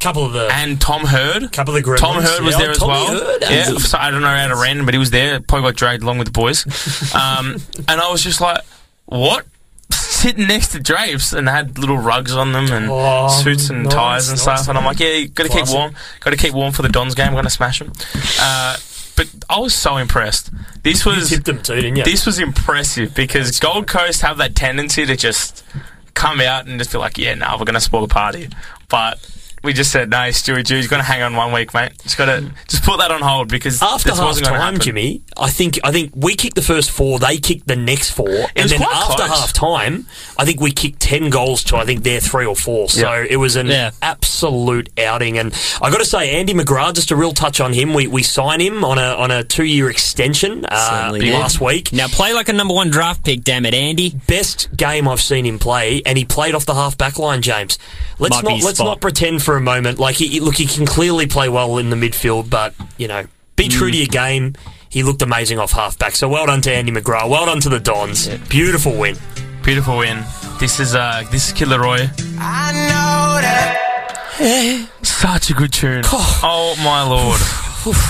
[SPEAKER 2] couple of the.
[SPEAKER 1] and Tom Hurd.
[SPEAKER 2] Couple of gremlins.
[SPEAKER 1] Tom Hurd was
[SPEAKER 2] Yeah,
[SPEAKER 1] there as
[SPEAKER 2] Tommy
[SPEAKER 1] well.
[SPEAKER 2] Hurd.
[SPEAKER 1] Yeah, so I don't know how to random, but he was there. Probably got dragged along with the boys. Um, and I was just like, what? Sitting next to drapes and had little rugs on them and
[SPEAKER 2] Oh,
[SPEAKER 1] suits and
[SPEAKER 2] nice,
[SPEAKER 1] ties and
[SPEAKER 2] nice,
[SPEAKER 1] stuff. And I'm like, yeah, you got to keep
[SPEAKER 2] Classic.
[SPEAKER 1] warm. Got to keep warm for the Dons game. We're going to smash them. Uh, but I was so impressed. This was
[SPEAKER 2] tipped him too, didn't you?
[SPEAKER 1] this was impressive because Gold Coast have that tendency to just come out and just be like, yeah, no, we're going to spoil the party. But we just said, no, Stewie Jew, you're going to hang on one week, mate. Just got to just put that on hold because
[SPEAKER 2] after
[SPEAKER 1] this
[SPEAKER 2] half
[SPEAKER 1] wasn't going to
[SPEAKER 2] time,
[SPEAKER 1] happen.
[SPEAKER 2] Jimmy, I think I think we kicked the first four, they kicked the next four, and
[SPEAKER 1] was
[SPEAKER 2] then
[SPEAKER 1] quite
[SPEAKER 2] after
[SPEAKER 1] close.
[SPEAKER 2] half time, I think we kicked ten goals to I think their three or four. So
[SPEAKER 1] Yeah.
[SPEAKER 2] it was an
[SPEAKER 3] Yeah.
[SPEAKER 2] absolute outing, and I got to say, Andy McGrath, just a real touch on him. We we sign him on a on a two year extension uh,
[SPEAKER 3] Certainly did.
[SPEAKER 2] last week.
[SPEAKER 3] Now play like a number one draft pick, damn it, Andy.
[SPEAKER 2] Best game I've seen him play, and he played off the half back line, James. Let's
[SPEAKER 3] Might be
[SPEAKER 2] not
[SPEAKER 3] his
[SPEAKER 2] let's
[SPEAKER 3] spot.
[SPEAKER 2] not pretend for a moment like he, he- look. He can clearly play well in the midfield, but you know, be true
[SPEAKER 3] Mm.
[SPEAKER 2] to your game. He looked amazing off half back. So well done to Andy McGrath. Well done to the Dons. Beautiful win.
[SPEAKER 1] Beautiful win. This is uh, this is Kid Leroy.
[SPEAKER 4] I know that.
[SPEAKER 1] Such a good tune. Oh my lord,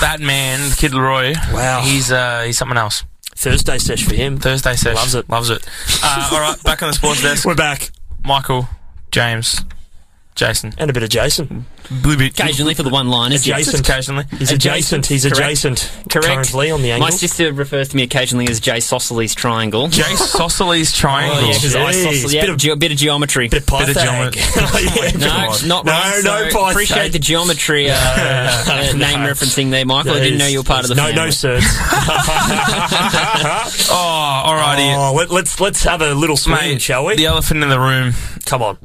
[SPEAKER 1] that man, Kid Leroy.
[SPEAKER 2] Wow.
[SPEAKER 1] he's uh, he's something else.
[SPEAKER 2] Thursday sesh for him.
[SPEAKER 1] Thursday session
[SPEAKER 2] Loves it.
[SPEAKER 1] Loves it. Uh, all right, back on the sports desk.
[SPEAKER 2] We're back
[SPEAKER 1] Michael, James, Jason.
[SPEAKER 2] and a bit of Jason.
[SPEAKER 3] Occasionally for the one liners.
[SPEAKER 2] Jason.
[SPEAKER 1] Just occasionally.
[SPEAKER 2] He's adjacent. He's
[SPEAKER 1] Correct.
[SPEAKER 2] adjacent.
[SPEAKER 1] Correct.
[SPEAKER 2] Currently on the
[SPEAKER 3] My
[SPEAKER 2] angle.
[SPEAKER 3] sister refers to me occasionally as Jay Sosceles Triangle.
[SPEAKER 1] Jay Sosceles triangle.
[SPEAKER 3] Oh, yeah, 'cause I
[SPEAKER 2] Jeez,
[SPEAKER 3] Sosceles- yeah,
[SPEAKER 2] bit of-
[SPEAKER 3] ge- bit of geometry.
[SPEAKER 2] bit of
[SPEAKER 1] Bit of
[SPEAKER 2] Pythag.
[SPEAKER 1] geometry.
[SPEAKER 2] Yeah.
[SPEAKER 3] No, not
[SPEAKER 2] No,
[SPEAKER 3] right.
[SPEAKER 2] no
[SPEAKER 3] So
[SPEAKER 2] Pythag.
[SPEAKER 3] Appreciate the geometry uh, uh, name referencing there, Michael. I didn't know you were part of the
[SPEAKER 2] no,
[SPEAKER 3] family.
[SPEAKER 2] no, certs.
[SPEAKER 1] Oh, alrighty.
[SPEAKER 2] oh, let, let's let's have a little swing,
[SPEAKER 1] Mate,
[SPEAKER 2] shall we?
[SPEAKER 1] The elephant in the room.
[SPEAKER 2] Come on,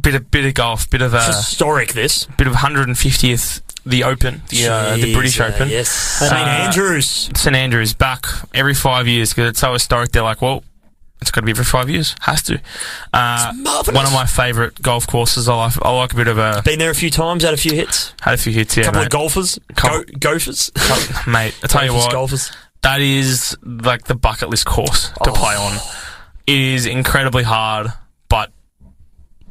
[SPEAKER 1] Bit of bit of golf. Bit of uh,
[SPEAKER 2] historic this.
[SPEAKER 1] bit of 150th. The Open, the uh, the
[SPEAKER 2] Jeez,
[SPEAKER 1] British
[SPEAKER 2] uh,
[SPEAKER 1] Open.
[SPEAKER 2] Yes, St
[SPEAKER 1] Uh,
[SPEAKER 2] Andrews.
[SPEAKER 1] St Andrews back every five years because it's so historic. They're like, well, It's got to be every five years. Has to. Uh,
[SPEAKER 2] marvellous.
[SPEAKER 1] one of my favourite golf courses. I like, I like a bit of a.
[SPEAKER 2] Been there a few times, had a few hits.
[SPEAKER 1] Had a few hits here,
[SPEAKER 2] couple
[SPEAKER 1] mate.
[SPEAKER 2] of golfers, go-
[SPEAKER 1] Couple-
[SPEAKER 2] gophers.
[SPEAKER 1] mate, I tell you
[SPEAKER 2] Golfers,
[SPEAKER 1] what,
[SPEAKER 2] golfers.
[SPEAKER 1] that is like the bucket list course to play on. It is incredibly hard, but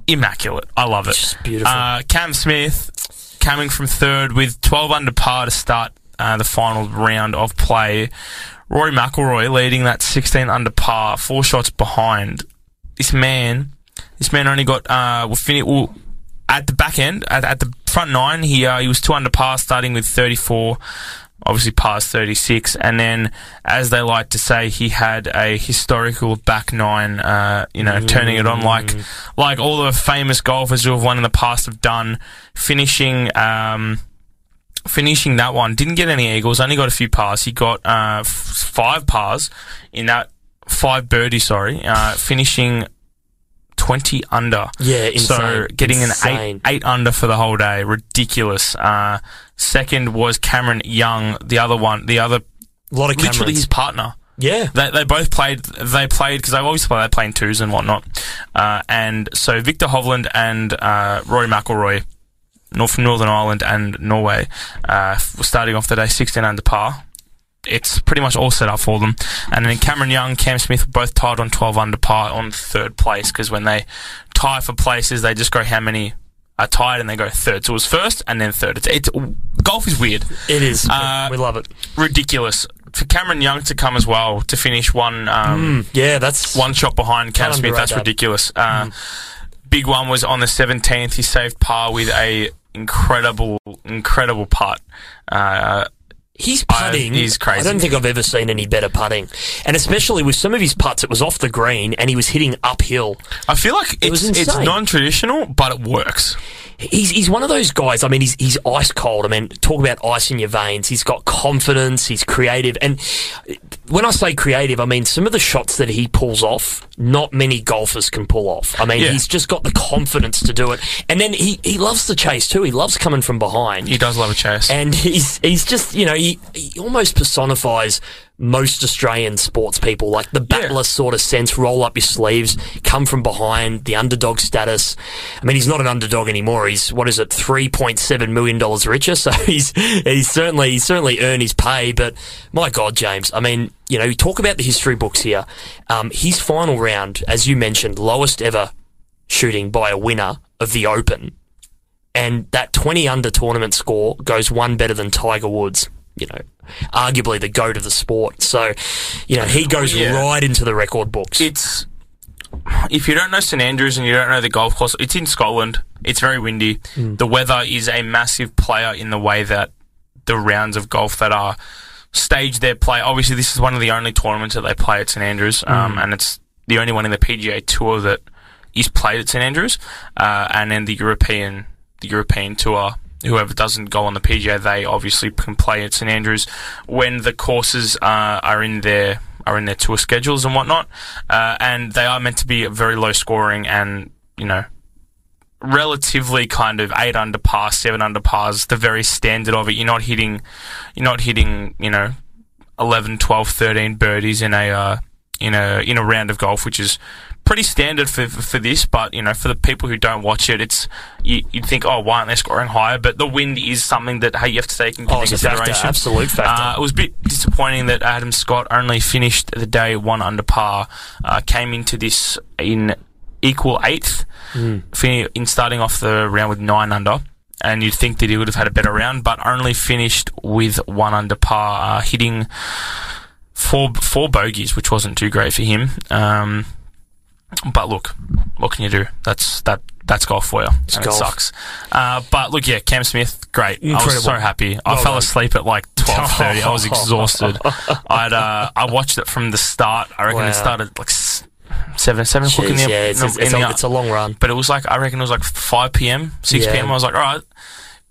[SPEAKER 1] immaculate. I love it.
[SPEAKER 2] just beautiful.
[SPEAKER 1] Uh, Cam Smith coming from third with 12 under par to start uh, the final round of play. Rory McIlroy leading that 16 under par, four shots behind. This man, this man only got uh, will finish will, at the back end at, at the front nine. He uh, he was two under par, starting with 34 obviously past 36. And then, as they like to say, he had a historical back nine, uh, you know, turning it on like, like all the famous golfers who have won in the past have done, finishing, um, finishing that one. Didn't get any eagles, only got a few pars. He got, uh, f- five pars in that, five birdie, sorry, uh, finishing 20 under.
[SPEAKER 2] Yeah, insane.
[SPEAKER 1] So getting
[SPEAKER 2] Insane.
[SPEAKER 1] an eight, eight under for the whole day, ridiculous. Uh, second was Cameron Young, the other one, the other
[SPEAKER 2] A lot of
[SPEAKER 1] literally
[SPEAKER 2] Camerons.
[SPEAKER 1] his partner.
[SPEAKER 2] Yeah.
[SPEAKER 1] They, they both played. They played because they always play. They play in twos and whatnot. Uh, and so Victor Hovland and uh, Rory McIlroy, nor from Northern Ireland and Norway, uh, f- were starting off the day 16 under par. It's pretty much all set up for them. And then Cameron Young, Cam Smith were both tied on 12 under par on third place because when they tie for places, they just go how many are tied and they go third. So it was first and then third. It's, it's golf is weird
[SPEAKER 2] It is.
[SPEAKER 1] Uh,
[SPEAKER 2] we love it.
[SPEAKER 1] ridiculous for Cameron Young to come as well to finish one um,
[SPEAKER 2] Yeah, that's
[SPEAKER 1] one shot behind Cam
[SPEAKER 2] Can't
[SPEAKER 1] Smith.
[SPEAKER 2] underrate
[SPEAKER 1] That's
[SPEAKER 2] that.
[SPEAKER 1] ridiculous. Uh,
[SPEAKER 2] Hmm.
[SPEAKER 1] Big one was on the seventeenth. He saved par with a incredible, incredible putt. Uh,
[SPEAKER 2] He's putting.
[SPEAKER 1] I- he's crazy.
[SPEAKER 2] I don't think I've ever seen any better putting, and especially with some of his putts, it was off the green and he was hitting uphill.
[SPEAKER 1] I feel like it's,
[SPEAKER 2] was
[SPEAKER 1] it's
[SPEAKER 2] insane.
[SPEAKER 1] non-traditional, but it works.
[SPEAKER 2] He's he's one of those guys. I mean, he's he's ice cold. I mean, talk about ice in your veins. He's got confidence. He's creative, and when I say creative, I mean some of the shots that he pulls off. Not many golfers can pull off. I mean,
[SPEAKER 1] Yeah.
[SPEAKER 2] he's just got the confidence to do it, and then he he loves the chase too. He loves coming from behind.
[SPEAKER 1] He does love a chase.
[SPEAKER 2] and he's he's just you know he, he almost personifies most Australian sports people like the battler sort of sense roll up your sleeves come from behind the underdog status I mean he's not an underdog anymore he's what is it 3.7 million dollars richer so he's he's certainly he's certainly earned his pay but my god James I mean you know you talk about the history books here um, his final round as you mentioned lowest ever shooting by a winner of the Open and that 20 under tournament score goes one better than Tiger Woods, you know, arguably the goat of the sport. So, you know, he goes
[SPEAKER 1] yeah.
[SPEAKER 2] right into the record books.
[SPEAKER 1] it's if you don't know St Andrews and you don't know the golf course, it's in Scotland. It's very windy.
[SPEAKER 2] Hmm.
[SPEAKER 1] The weather is a massive player in the way that the rounds of golf that are staged their play. Obviously, this is one of the only tournaments that they play at St Andrews, um, and it's the only one in the PGA Tour that is played at St Andrews, uh, and then the European the European Tour. Whoever doesn't go on the PGA, they obviously can play at St Andrews when the courses uh, are in their are in their tour schedules and whatnot, uh, and they are meant to be very low scoring and you know relatively kind of eight under par, seven under pars, the very standard of it. You're not hitting, you're not hitting, you know, 11, 12, 13 birdies in a uh, in a in a round of golf, which is pretty standard for for this. But you know, for the people who don't watch it, it's you, you'd think, oh, why aren't they scoring higher? But the wind is something that hey, you have to take into
[SPEAKER 2] Oh, it's a factor,
[SPEAKER 1] consideration.
[SPEAKER 2] absolute factor.
[SPEAKER 1] Uh, it was a bit disappointing that Adam Scott only finished the day one under par. Uh, came into this in equal eighth fin- in starting off the round with nine under. And you'd think that he would have had a better round, but only finished with one under par, uh, hitting four four bogeys, which wasn't too great for him. Um, but look, what can you do? That's that that's golf for you. and
[SPEAKER 2] golf.
[SPEAKER 1] It sucks. Uh, but look, yeah, Cam Smith, great. I
[SPEAKER 2] Incredible.
[SPEAKER 1] was so happy. I
[SPEAKER 2] Well
[SPEAKER 1] fell
[SPEAKER 2] done.
[SPEAKER 1] asleep at like twelve thirty. I was exhausted. I'd uh, I watched it from the start. I reckon
[SPEAKER 2] Wow.
[SPEAKER 1] it started like s- seven seven o'clock in
[SPEAKER 2] Jeez,
[SPEAKER 1] the
[SPEAKER 2] yeah, it's,
[SPEAKER 1] in
[SPEAKER 2] it's,
[SPEAKER 1] the- uh,
[SPEAKER 2] it's a, it's a long run.
[SPEAKER 1] but it was like I reckon it was like five p.m., six
[SPEAKER 2] Yeah.
[SPEAKER 1] p.m. I was like, all right,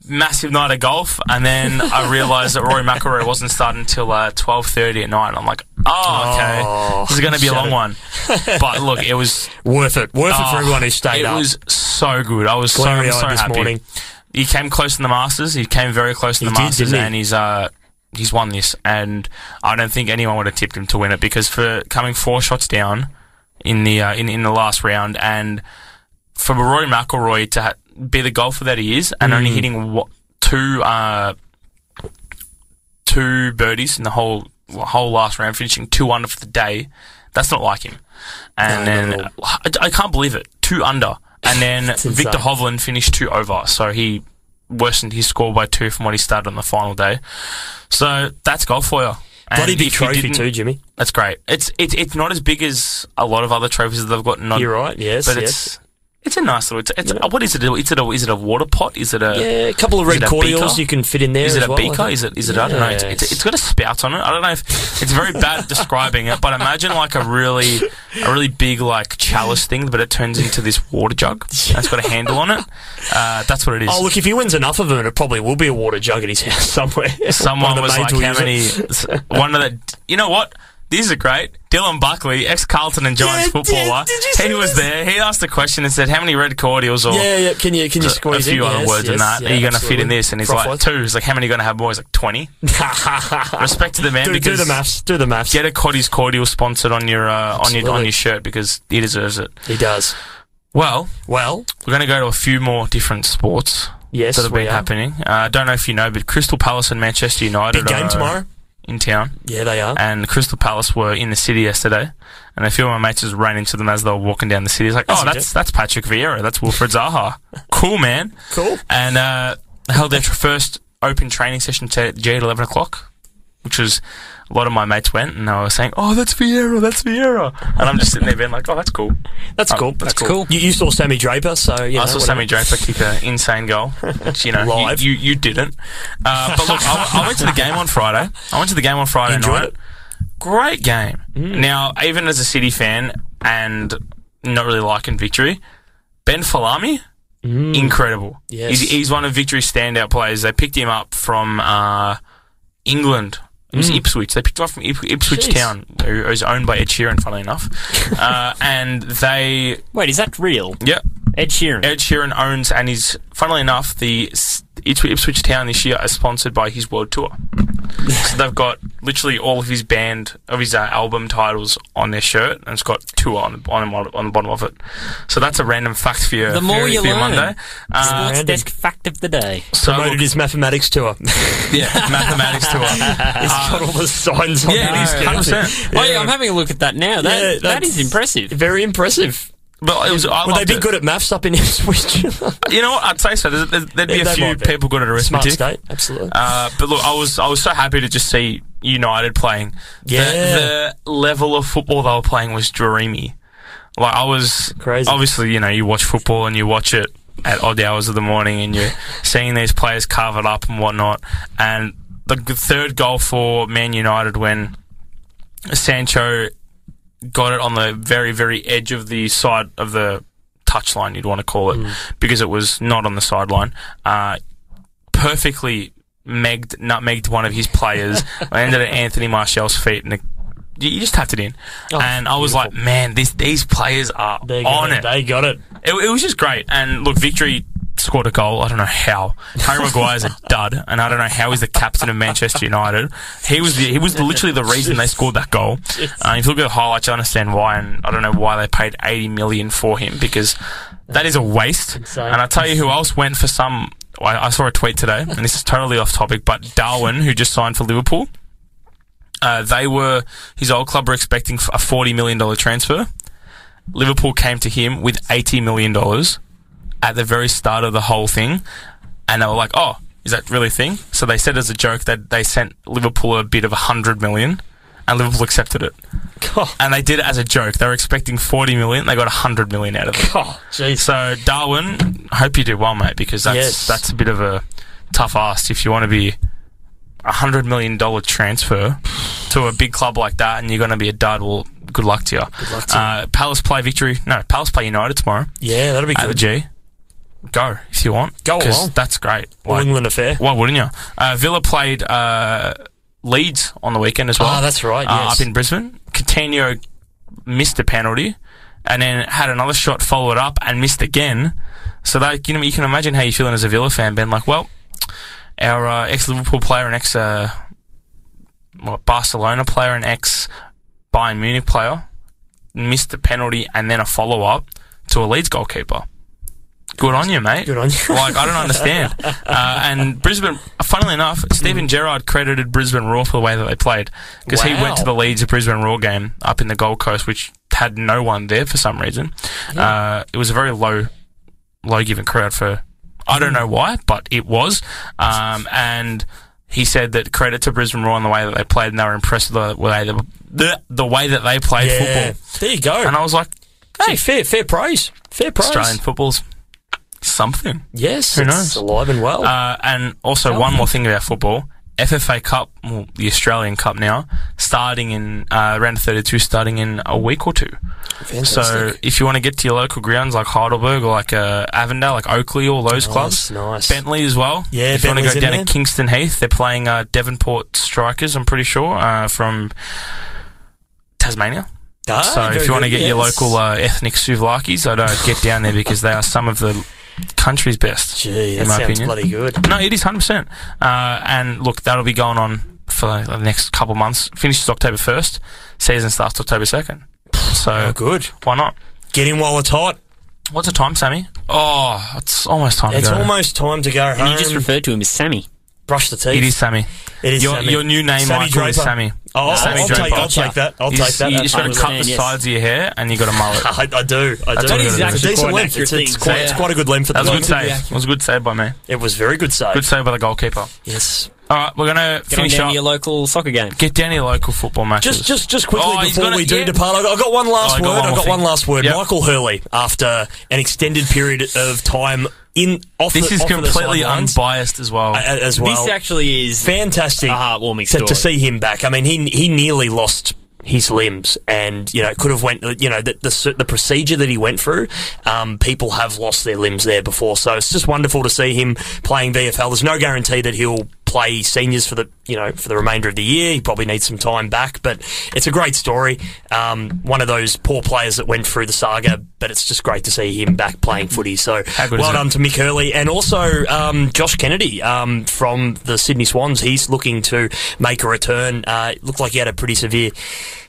[SPEAKER 1] massive night of golf, and then I realised that Rory McIlroy wasn't starting until uh, twelve thirty at night. And I'm like, oh, okay,
[SPEAKER 2] Oh,
[SPEAKER 1] this is going to be a long one.
[SPEAKER 2] shattered.
[SPEAKER 1] But look, it was
[SPEAKER 2] Worth it. Worth it for
[SPEAKER 1] oh,
[SPEAKER 2] everyone who stayed
[SPEAKER 1] It
[SPEAKER 2] up.
[SPEAKER 1] was so good. I was so, I'm
[SPEAKER 2] Glary-eyed
[SPEAKER 1] so
[SPEAKER 2] this
[SPEAKER 1] happy.
[SPEAKER 2] morning.
[SPEAKER 1] He came close in the Masters. He came very close in
[SPEAKER 2] He
[SPEAKER 1] the
[SPEAKER 2] did,
[SPEAKER 1] Masters,
[SPEAKER 2] didn't he?
[SPEAKER 1] and he's uh. He's won this, and I don't think anyone would have tipped him to win it because for coming four shots down in the uh, in in the last round, and for Rory McIlroy to ha- be the golfer that he is, and
[SPEAKER 2] Mm.
[SPEAKER 1] only hitting what, two uh, two birdies in the whole whole last round, finishing two under for the day, that's not like him. And
[SPEAKER 2] No, not
[SPEAKER 1] then I, I can't believe it, two under, and then
[SPEAKER 2] It's insane.
[SPEAKER 1] Victor Hovland finished two over, so he worsened his score by two from what he started on the final day. So that's golf for you. And
[SPEAKER 2] Bloody big
[SPEAKER 1] if you
[SPEAKER 2] trophy
[SPEAKER 1] didn't-
[SPEAKER 2] too, Jimmy.
[SPEAKER 1] That's great. It's it's it's not as big as a lot of other trophies that they've got. Not,
[SPEAKER 2] You're right, yes,
[SPEAKER 1] but
[SPEAKER 2] yes.
[SPEAKER 1] it's it's a nice little. It's, it's what is it? Is it a is it a water pot? Is it a
[SPEAKER 2] Yeah, a couple of
[SPEAKER 1] uh, Is
[SPEAKER 2] red
[SPEAKER 1] it a
[SPEAKER 2] cordials
[SPEAKER 1] beaker?
[SPEAKER 2] you can fit in there.
[SPEAKER 1] Is it
[SPEAKER 2] as
[SPEAKER 1] a
[SPEAKER 2] well, I
[SPEAKER 1] beaker?
[SPEAKER 2] think.
[SPEAKER 1] Is it? Is it? I don't know. It's, it's,
[SPEAKER 2] Yes.
[SPEAKER 1] it's got a spout on it. I don't know if it's very bad at describing it, but imagine like a really, a really big like chalice thing, but it turns into this water jug that's got a handle on it. Uh, that's what it is.
[SPEAKER 2] Oh, look, if he wins enough of them, it probably will be a water jug at his house somewhere.
[SPEAKER 1] Someone
[SPEAKER 2] One of the
[SPEAKER 1] was like,
[SPEAKER 2] maids will
[SPEAKER 1] "How
[SPEAKER 2] use it."
[SPEAKER 1] many?" s- One of the. You know what? These are great. Dylan Buckley, ex Carlton and Giants
[SPEAKER 2] Yeah, did-
[SPEAKER 1] footballer.
[SPEAKER 2] did you see
[SPEAKER 1] he was
[SPEAKER 2] this?
[SPEAKER 1] there. He asked a question and said, "How many red cordials or
[SPEAKER 2] Yeah, yeah. Can you can you
[SPEAKER 1] a
[SPEAKER 2] squeeze in?
[SPEAKER 1] few other
[SPEAKER 2] Yes,
[SPEAKER 1] words than
[SPEAKER 2] yes,
[SPEAKER 1] that
[SPEAKER 2] yeah,
[SPEAKER 1] are you going to fit in
[SPEAKER 2] absolutely.
[SPEAKER 1] this?" And he's
[SPEAKER 2] Froth
[SPEAKER 1] like,
[SPEAKER 2] words.
[SPEAKER 1] two. He's like, "How many are you going to have more?" He's like, 20. Respect to the man
[SPEAKER 2] do, do
[SPEAKER 1] because
[SPEAKER 2] the maths. Do the maths.
[SPEAKER 1] get a Coddy's Cordial sponsored on your uh, on your on
[SPEAKER 2] Absolutely.
[SPEAKER 1] your shirt because he deserves it.
[SPEAKER 2] He does.
[SPEAKER 1] Well,
[SPEAKER 2] Well,
[SPEAKER 1] we're going to go to a few more different sports
[SPEAKER 2] yes,
[SPEAKER 1] that have
[SPEAKER 2] we
[SPEAKER 1] been
[SPEAKER 2] are.
[SPEAKER 1] happening. Uh, I don't know if you know, but Crystal Palace and Manchester United
[SPEAKER 2] Big game
[SPEAKER 1] are uh,
[SPEAKER 2] tomorrow.
[SPEAKER 1] in town,
[SPEAKER 2] Yeah, they are.
[SPEAKER 1] and Crystal Palace were in the city yesterday. And a few of my mates just ran into them as they were walking down the city. It's like,
[SPEAKER 2] That's
[SPEAKER 1] oh, that's that's Patrick Vieira, that's Wilfred Zaha, cool man.
[SPEAKER 2] Cool.
[SPEAKER 1] And uh, they held their first open training session today at eleven o'clock, which was a lot of my mates went and they were saying, "Oh, that's Vieira, that's Vieira," and I'm just sitting there being like, "Oh, that's cool."
[SPEAKER 2] That's
[SPEAKER 1] Oh,
[SPEAKER 2] cool.
[SPEAKER 1] that's
[SPEAKER 3] cool. cool.
[SPEAKER 2] You, you saw Sammy Draper, so you know,
[SPEAKER 1] I saw Sammy
[SPEAKER 2] whatever.
[SPEAKER 1] Draper kick an insane goal, which you know you-
[SPEAKER 2] Live.
[SPEAKER 1] You, you didn't. Uh, but look, I, I went to the game on Friday. I went to the game on Friday
[SPEAKER 2] Enjoyed
[SPEAKER 1] night.
[SPEAKER 2] it? Mm.
[SPEAKER 1] Great game. Now, even as a City fan and not really liking victory, Ben Falami, incredible.
[SPEAKER 2] Mm. Yes.
[SPEAKER 1] He's, he's one of victory's standout players. They picked him up from uh, England. It was Ipswich. They picked him up from Ip- Ipswich
[SPEAKER 2] Mm. Jeez.
[SPEAKER 1] Town, who who is owned by Ed Sheeran, funnily enough. uh, and they,
[SPEAKER 3] Wait, is that real?
[SPEAKER 1] yeah,
[SPEAKER 3] Ed Sheeran.
[SPEAKER 1] Ed Sheeran owns and is, funnily enough, the S- Ips- Ipswich Town this year is sponsored by his world tour. so they've got literally all of his band of his uh, album titles on their shirt, and it's got tour on the, on, the mod- on the bottom of it. So that's a random fact for you.
[SPEAKER 3] The more
[SPEAKER 1] for,
[SPEAKER 3] you
[SPEAKER 1] for your
[SPEAKER 3] learn.
[SPEAKER 1] Monday. Uh,
[SPEAKER 3] Sports
[SPEAKER 2] Brandon.
[SPEAKER 3] desk fact of the day.
[SPEAKER 1] so
[SPEAKER 2] Promoted
[SPEAKER 1] look,
[SPEAKER 2] his mathematics tour.
[SPEAKER 1] yeah, mathematics tour.
[SPEAKER 2] It's got all the signs on
[SPEAKER 1] Ah. yeah, it is
[SPEAKER 2] it.
[SPEAKER 1] hundred percent.
[SPEAKER 3] Oh, yeah, I'm having a look at that now.
[SPEAKER 2] Yeah,
[SPEAKER 3] That, that
[SPEAKER 2] that's-
[SPEAKER 3] is impressive.
[SPEAKER 2] Very impressive.
[SPEAKER 1] But it was. I
[SPEAKER 2] Would
[SPEAKER 1] liked
[SPEAKER 2] they be
[SPEAKER 1] it.
[SPEAKER 2] good at maths up in Ipswich?
[SPEAKER 1] You know what? I'd say so. There's, there'd, there'd be a
[SPEAKER 2] They
[SPEAKER 1] few
[SPEAKER 2] might be.
[SPEAKER 1] people good at
[SPEAKER 2] Smart
[SPEAKER 1] arithmetic.
[SPEAKER 2] state, absolutely.
[SPEAKER 1] Uh, but look, I was I was so happy to just see United playing.
[SPEAKER 2] Yeah.
[SPEAKER 1] The, the level of football they were playing was dreamy. Like I was
[SPEAKER 2] Crazy.
[SPEAKER 1] Obviously, you know, you watch football and you watch it at odd hours of the morning, and you're seeing these players carve it up and whatnot. And the g- third goal for Man United when Sancho got it on the very, very edge of the side of the touchline, you'd want to call it, because it was not on the sideline. Uh, perfectly megged, nutmegged one of his players. I ended at Anthony Martial's feet, and it, you you just tapped it in. and I was like, man, this, these players are
[SPEAKER 2] They got
[SPEAKER 1] on
[SPEAKER 2] it.
[SPEAKER 1] it.
[SPEAKER 2] They got it.
[SPEAKER 1] It, it was just great. And look, victory scored a goal. I don't know how. Harry Maguire's a dud, and I don't know how he's the captain of Manchester United. He was the, he was literally the reason they scored that goal. Uh, if you look at the highlights, you understand why, and I don't know why they paid eighty million for him because that is a waste.
[SPEAKER 2] insane.
[SPEAKER 1] And I tell you who else went for some. I, I saw a tweet today, and this is totally off topic, but Darwin, who just signed for Liverpool. Uh, they were his old club were expecting a forty million dollar transfer. Liverpool came to him with eighty million dollars at the very start of the whole thing, and they were like, "Oh, is that really a thing?" So they said as a joke that they sent Liverpool a bid of hundred million, and Liverpool accepted it.
[SPEAKER 2] God,
[SPEAKER 1] And they did it as a joke. They were expecting forty million, they got hundred million out of it.
[SPEAKER 2] God, jeez.
[SPEAKER 1] So Darwin, hope you do well, mate, because that's
[SPEAKER 2] Yes.
[SPEAKER 1] that's a bit of a tough ask if you want to be a hundred million dollar transfer to a big club like that, and you're going to be a dud. Well, good luck to you. Good
[SPEAKER 2] luck to you.
[SPEAKER 1] Uh, Palace play victory. No, Palace play United tomorrow
[SPEAKER 2] yeah, that'll be
[SPEAKER 1] at the
[SPEAKER 2] good.
[SPEAKER 1] G. Go if you want.
[SPEAKER 2] Go
[SPEAKER 1] 'cause
[SPEAKER 2] along.
[SPEAKER 1] That's great.
[SPEAKER 2] All
[SPEAKER 1] Like,
[SPEAKER 2] England affair.
[SPEAKER 1] why wouldn't you? Uh, Villa played uh, Leeds on the weekend as well.
[SPEAKER 2] Ah, that's right,
[SPEAKER 1] Uh,
[SPEAKER 2] yes.
[SPEAKER 1] Up in Brisbane, Coutinho missed a penalty, and then had another shot followed up and missed again. So that you know you can imagine how you're feeling as a Villa fan, Ben. Like, well, our uh, ex Liverpool player and ex uh, what, Barcelona player and ex Bayern Munich player missed a penalty and then a follow up to a Leeds goalkeeper. Good on you, mate.
[SPEAKER 2] Good on you.
[SPEAKER 1] like, I don't understand. Uh, and Brisbane, funnily enough, Stephen Gerrard credited Brisbane Raw for the way that they played because he
[SPEAKER 2] Wow.
[SPEAKER 1] went to the Leeds Brisbane Raw game up in the Gold Coast, which had no one there for some reason. Uh, it was a very low, low given crowd for I don't know why, but it was. Um, and he said that credit to Brisbane Raw on the way that they played, and they were impressed with the way they, the, the way that they played
[SPEAKER 2] Yeah.
[SPEAKER 1] football.
[SPEAKER 2] There you go.
[SPEAKER 1] And I was like,
[SPEAKER 2] hey, fair, fair praise. Fair praise.
[SPEAKER 1] Australian football's something.
[SPEAKER 2] Yes,
[SPEAKER 1] Who
[SPEAKER 2] it's
[SPEAKER 1] knows?
[SPEAKER 2] alive and well.
[SPEAKER 1] Uh, and also one more thing about football. FFA Cup, well, the Australian Cup now, starting in uh, round 32, starting in a week or two.
[SPEAKER 2] Fantastic.
[SPEAKER 1] So if you want to get to your local grounds like Heidelberg or like uh, Avondale, like Oakley, all those clubs,
[SPEAKER 2] nice.
[SPEAKER 1] Bentley as well.
[SPEAKER 2] Yeah,
[SPEAKER 1] if you want to
[SPEAKER 2] Bentley's
[SPEAKER 1] go
[SPEAKER 2] in
[SPEAKER 1] down
[SPEAKER 2] there.
[SPEAKER 1] to Kingston Heath, they're playing uh, Devonport Strikers. I'm pretty sure uh, from Tasmania.
[SPEAKER 2] Ah,
[SPEAKER 1] So
[SPEAKER 2] very
[SPEAKER 1] if you want to
[SPEAKER 2] good,
[SPEAKER 1] get your
[SPEAKER 2] yes.
[SPEAKER 1] local uh, ethnic Suvlakis, I'd uh, get down there because they are some of the country's best.
[SPEAKER 2] Gee, that
[SPEAKER 1] in my
[SPEAKER 2] sounds
[SPEAKER 1] opinion.
[SPEAKER 2] bloody good.
[SPEAKER 1] No, it is hundred percent. Uh, and look, that'll be going on for the next couple of months. Finishes October first. Season starts October second. So
[SPEAKER 2] Oh, good.
[SPEAKER 1] why not?
[SPEAKER 2] Get in while it's hot.
[SPEAKER 1] What's the time, Sammy? Oh, it's almost time.
[SPEAKER 2] It's
[SPEAKER 1] to go.
[SPEAKER 2] almost time to go home.
[SPEAKER 3] And you just referred to him as Sammy.
[SPEAKER 2] brush the teeth.
[SPEAKER 1] It is Sammy.
[SPEAKER 2] It is
[SPEAKER 1] your,
[SPEAKER 2] Sammy.
[SPEAKER 1] your new name,
[SPEAKER 2] Sammy
[SPEAKER 1] Michael, is
[SPEAKER 2] Draper.
[SPEAKER 1] Sammy.
[SPEAKER 2] Oh, I'll,
[SPEAKER 1] Sammy
[SPEAKER 2] I'll,
[SPEAKER 1] Draper.
[SPEAKER 2] take, I'll take that. I'll
[SPEAKER 1] You
[SPEAKER 2] take
[SPEAKER 1] s-
[SPEAKER 2] that.
[SPEAKER 1] You
[SPEAKER 2] That's
[SPEAKER 1] just got to
[SPEAKER 2] fine.
[SPEAKER 1] cut the
[SPEAKER 3] understand, yes.
[SPEAKER 1] sides of your hair, and you got a mullet.
[SPEAKER 2] I, I do. I do.
[SPEAKER 1] That is
[SPEAKER 2] it's a
[SPEAKER 1] actually
[SPEAKER 2] decent
[SPEAKER 3] quite an
[SPEAKER 2] length. It's,
[SPEAKER 3] accurate
[SPEAKER 2] it's
[SPEAKER 3] thing.
[SPEAKER 2] quite,
[SPEAKER 3] Yeah.
[SPEAKER 2] it's quite a good length for
[SPEAKER 1] That
[SPEAKER 2] the
[SPEAKER 1] was a good
[SPEAKER 2] moment.
[SPEAKER 1] save. It was a good save by me.
[SPEAKER 2] It was very good save.
[SPEAKER 1] Good save by the goalkeeper.
[SPEAKER 2] Yes.
[SPEAKER 1] All right, we're gonna
[SPEAKER 3] Get on
[SPEAKER 1] finish
[SPEAKER 3] down
[SPEAKER 1] up.
[SPEAKER 3] to your local soccer game.
[SPEAKER 1] Get down to your local football matches.
[SPEAKER 2] Just, just, just quickly
[SPEAKER 1] Oh, he's
[SPEAKER 2] before
[SPEAKER 1] gonna-
[SPEAKER 2] we do
[SPEAKER 1] yeah.
[SPEAKER 2] depart, I got, I got one
[SPEAKER 1] Oh,
[SPEAKER 2] last
[SPEAKER 1] I got
[SPEAKER 2] word.
[SPEAKER 1] one
[SPEAKER 2] I
[SPEAKER 1] more
[SPEAKER 2] got one
[SPEAKER 1] thing.
[SPEAKER 2] last word.
[SPEAKER 1] Yep.
[SPEAKER 2] Michael Hurley, after an extended period of time in off
[SPEAKER 1] this
[SPEAKER 2] the,
[SPEAKER 1] is
[SPEAKER 2] off of the
[SPEAKER 1] completely
[SPEAKER 2] sidelines, Uh,
[SPEAKER 1] unbiased as well.
[SPEAKER 2] a- a- as well.
[SPEAKER 3] this actually is
[SPEAKER 2] fantastic,
[SPEAKER 3] a heartwarming
[SPEAKER 2] to,
[SPEAKER 3] story.
[SPEAKER 2] to see him back. I mean, he he nearly lost his limbs, and you know could have went. You know the the, sur- the procedure that he went through. Um, people have lost their limbs there before, so it's just wonderful to see him playing VFL. There's no guarantee that he'll play seniors for the you know for the remainder of the year. He probably needs some time back, but it's a great story. Um, one of those poor players that went through the saga, but it's just great to see him back playing footy. So
[SPEAKER 1] good is
[SPEAKER 2] well
[SPEAKER 1] it?
[SPEAKER 2] done um, to Mick Hurley and also um, Josh Kennedy um, from the Sydney Swans. He's looking to make a return. Uh, it looked like he had a pretty severe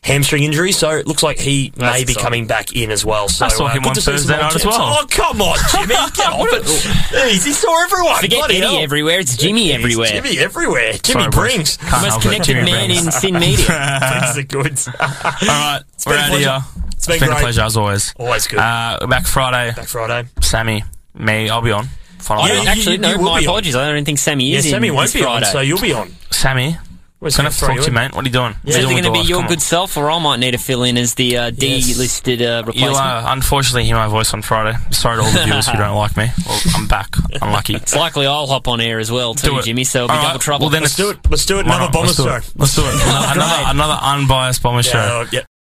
[SPEAKER 2] hamstring injury, so it looks like he may be
[SPEAKER 3] exciting.
[SPEAKER 2] coming back in as well. So,
[SPEAKER 1] I saw
[SPEAKER 2] uh,
[SPEAKER 1] him
[SPEAKER 2] good
[SPEAKER 1] on
[SPEAKER 2] to see some
[SPEAKER 1] Thursday
[SPEAKER 2] old
[SPEAKER 1] night as
[SPEAKER 2] chaps.
[SPEAKER 1] well.
[SPEAKER 2] Oh, come on, Jimmy. Get off it. Jeez, he saw everyone.
[SPEAKER 3] Forget
[SPEAKER 2] Bloody
[SPEAKER 3] Eddie
[SPEAKER 2] hell.
[SPEAKER 3] everywhere. It's Jimmy
[SPEAKER 2] He's
[SPEAKER 3] everywhere.
[SPEAKER 2] Jimmy Oh, everywhere. Jimmy
[SPEAKER 1] Sorry, boys.
[SPEAKER 2] brings.
[SPEAKER 1] Can't
[SPEAKER 3] Most
[SPEAKER 1] help it.
[SPEAKER 3] connected
[SPEAKER 1] Jimmy
[SPEAKER 3] man
[SPEAKER 1] Brings.
[SPEAKER 3] in Sin Media.
[SPEAKER 2] brings the goods.
[SPEAKER 1] All right,
[SPEAKER 2] been
[SPEAKER 1] we're
[SPEAKER 2] a
[SPEAKER 1] out of here.
[SPEAKER 2] pleasure. It's been
[SPEAKER 1] a
[SPEAKER 2] great.
[SPEAKER 1] pleasure as always.
[SPEAKER 2] Always good.
[SPEAKER 1] Uh, back Friday,
[SPEAKER 2] Back Friday.
[SPEAKER 1] Sammy, me, I'll be on. Final
[SPEAKER 2] Yeah,
[SPEAKER 1] round.
[SPEAKER 2] you-
[SPEAKER 3] Actually,
[SPEAKER 2] you
[SPEAKER 3] no,
[SPEAKER 2] will
[SPEAKER 3] my
[SPEAKER 2] be on.
[SPEAKER 3] apologies. I don't think Sammy
[SPEAKER 2] Yeah,
[SPEAKER 3] is
[SPEAKER 2] Sammy
[SPEAKER 3] in
[SPEAKER 2] won't
[SPEAKER 3] this
[SPEAKER 2] be on,
[SPEAKER 3] Friday.
[SPEAKER 2] so you'll be on.
[SPEAKER 1] Sammy,
[SPEAKER 2] We're just
[SPEAKER 1] gonna have to
[SPEAKER 2] throw
[SPEAKER 1] talk to you,
[SPEAKER 2] in.
[SPEAKER 1] mate. What are you doing?
[SPEAKER 3] It's
[SPEAKER 1] Meddling
[SPEAKER 3] either
[SPEAKER 1] with
[SPEAKER 3] going to
[SPEAKER 1] the
[SPEAKER 3] be
[SPEAKER 1] life,
[SPEAKER 3] your
[SPEAKER 1] come on.
[SPEAKER 3] good self, or I might need to fill in as the uh, D-listed uh,
[SPEAKER 1] You'll
[SPEAKER 3] replacement.
[SPEAKER 1] uh, unfortunately hear my voice on Friday. Sorry to all the viewers who don't like me. Well, I'm back. Unlucky.
[SPEAKER 3] It's likely I'll hop on air as well,
[SPEAKER 1] Do
[SPEAKER 3] too,
[SPEAKER 1] it.
[SPEAKER 3] Jimmy. So it'll be
[SPEAKER 1] All right,
[SPEAKER 3] double trouble.
[SPEAKER 1] well then
[SPEAKER 2] Let's do it. Let's do it.
[SPEAKER 1] Why
[SPEAKER 2] Another
[SPEAKER 1] not?
[SPEAKER 2] bomber
[SPEAKER 1] Let's do
[SPEAKER 2] show.
[SPEAKER 1] it. Let's do it. Another, another, another unbiased bomber show.
[SPEAKER 2] Yeah, yeah.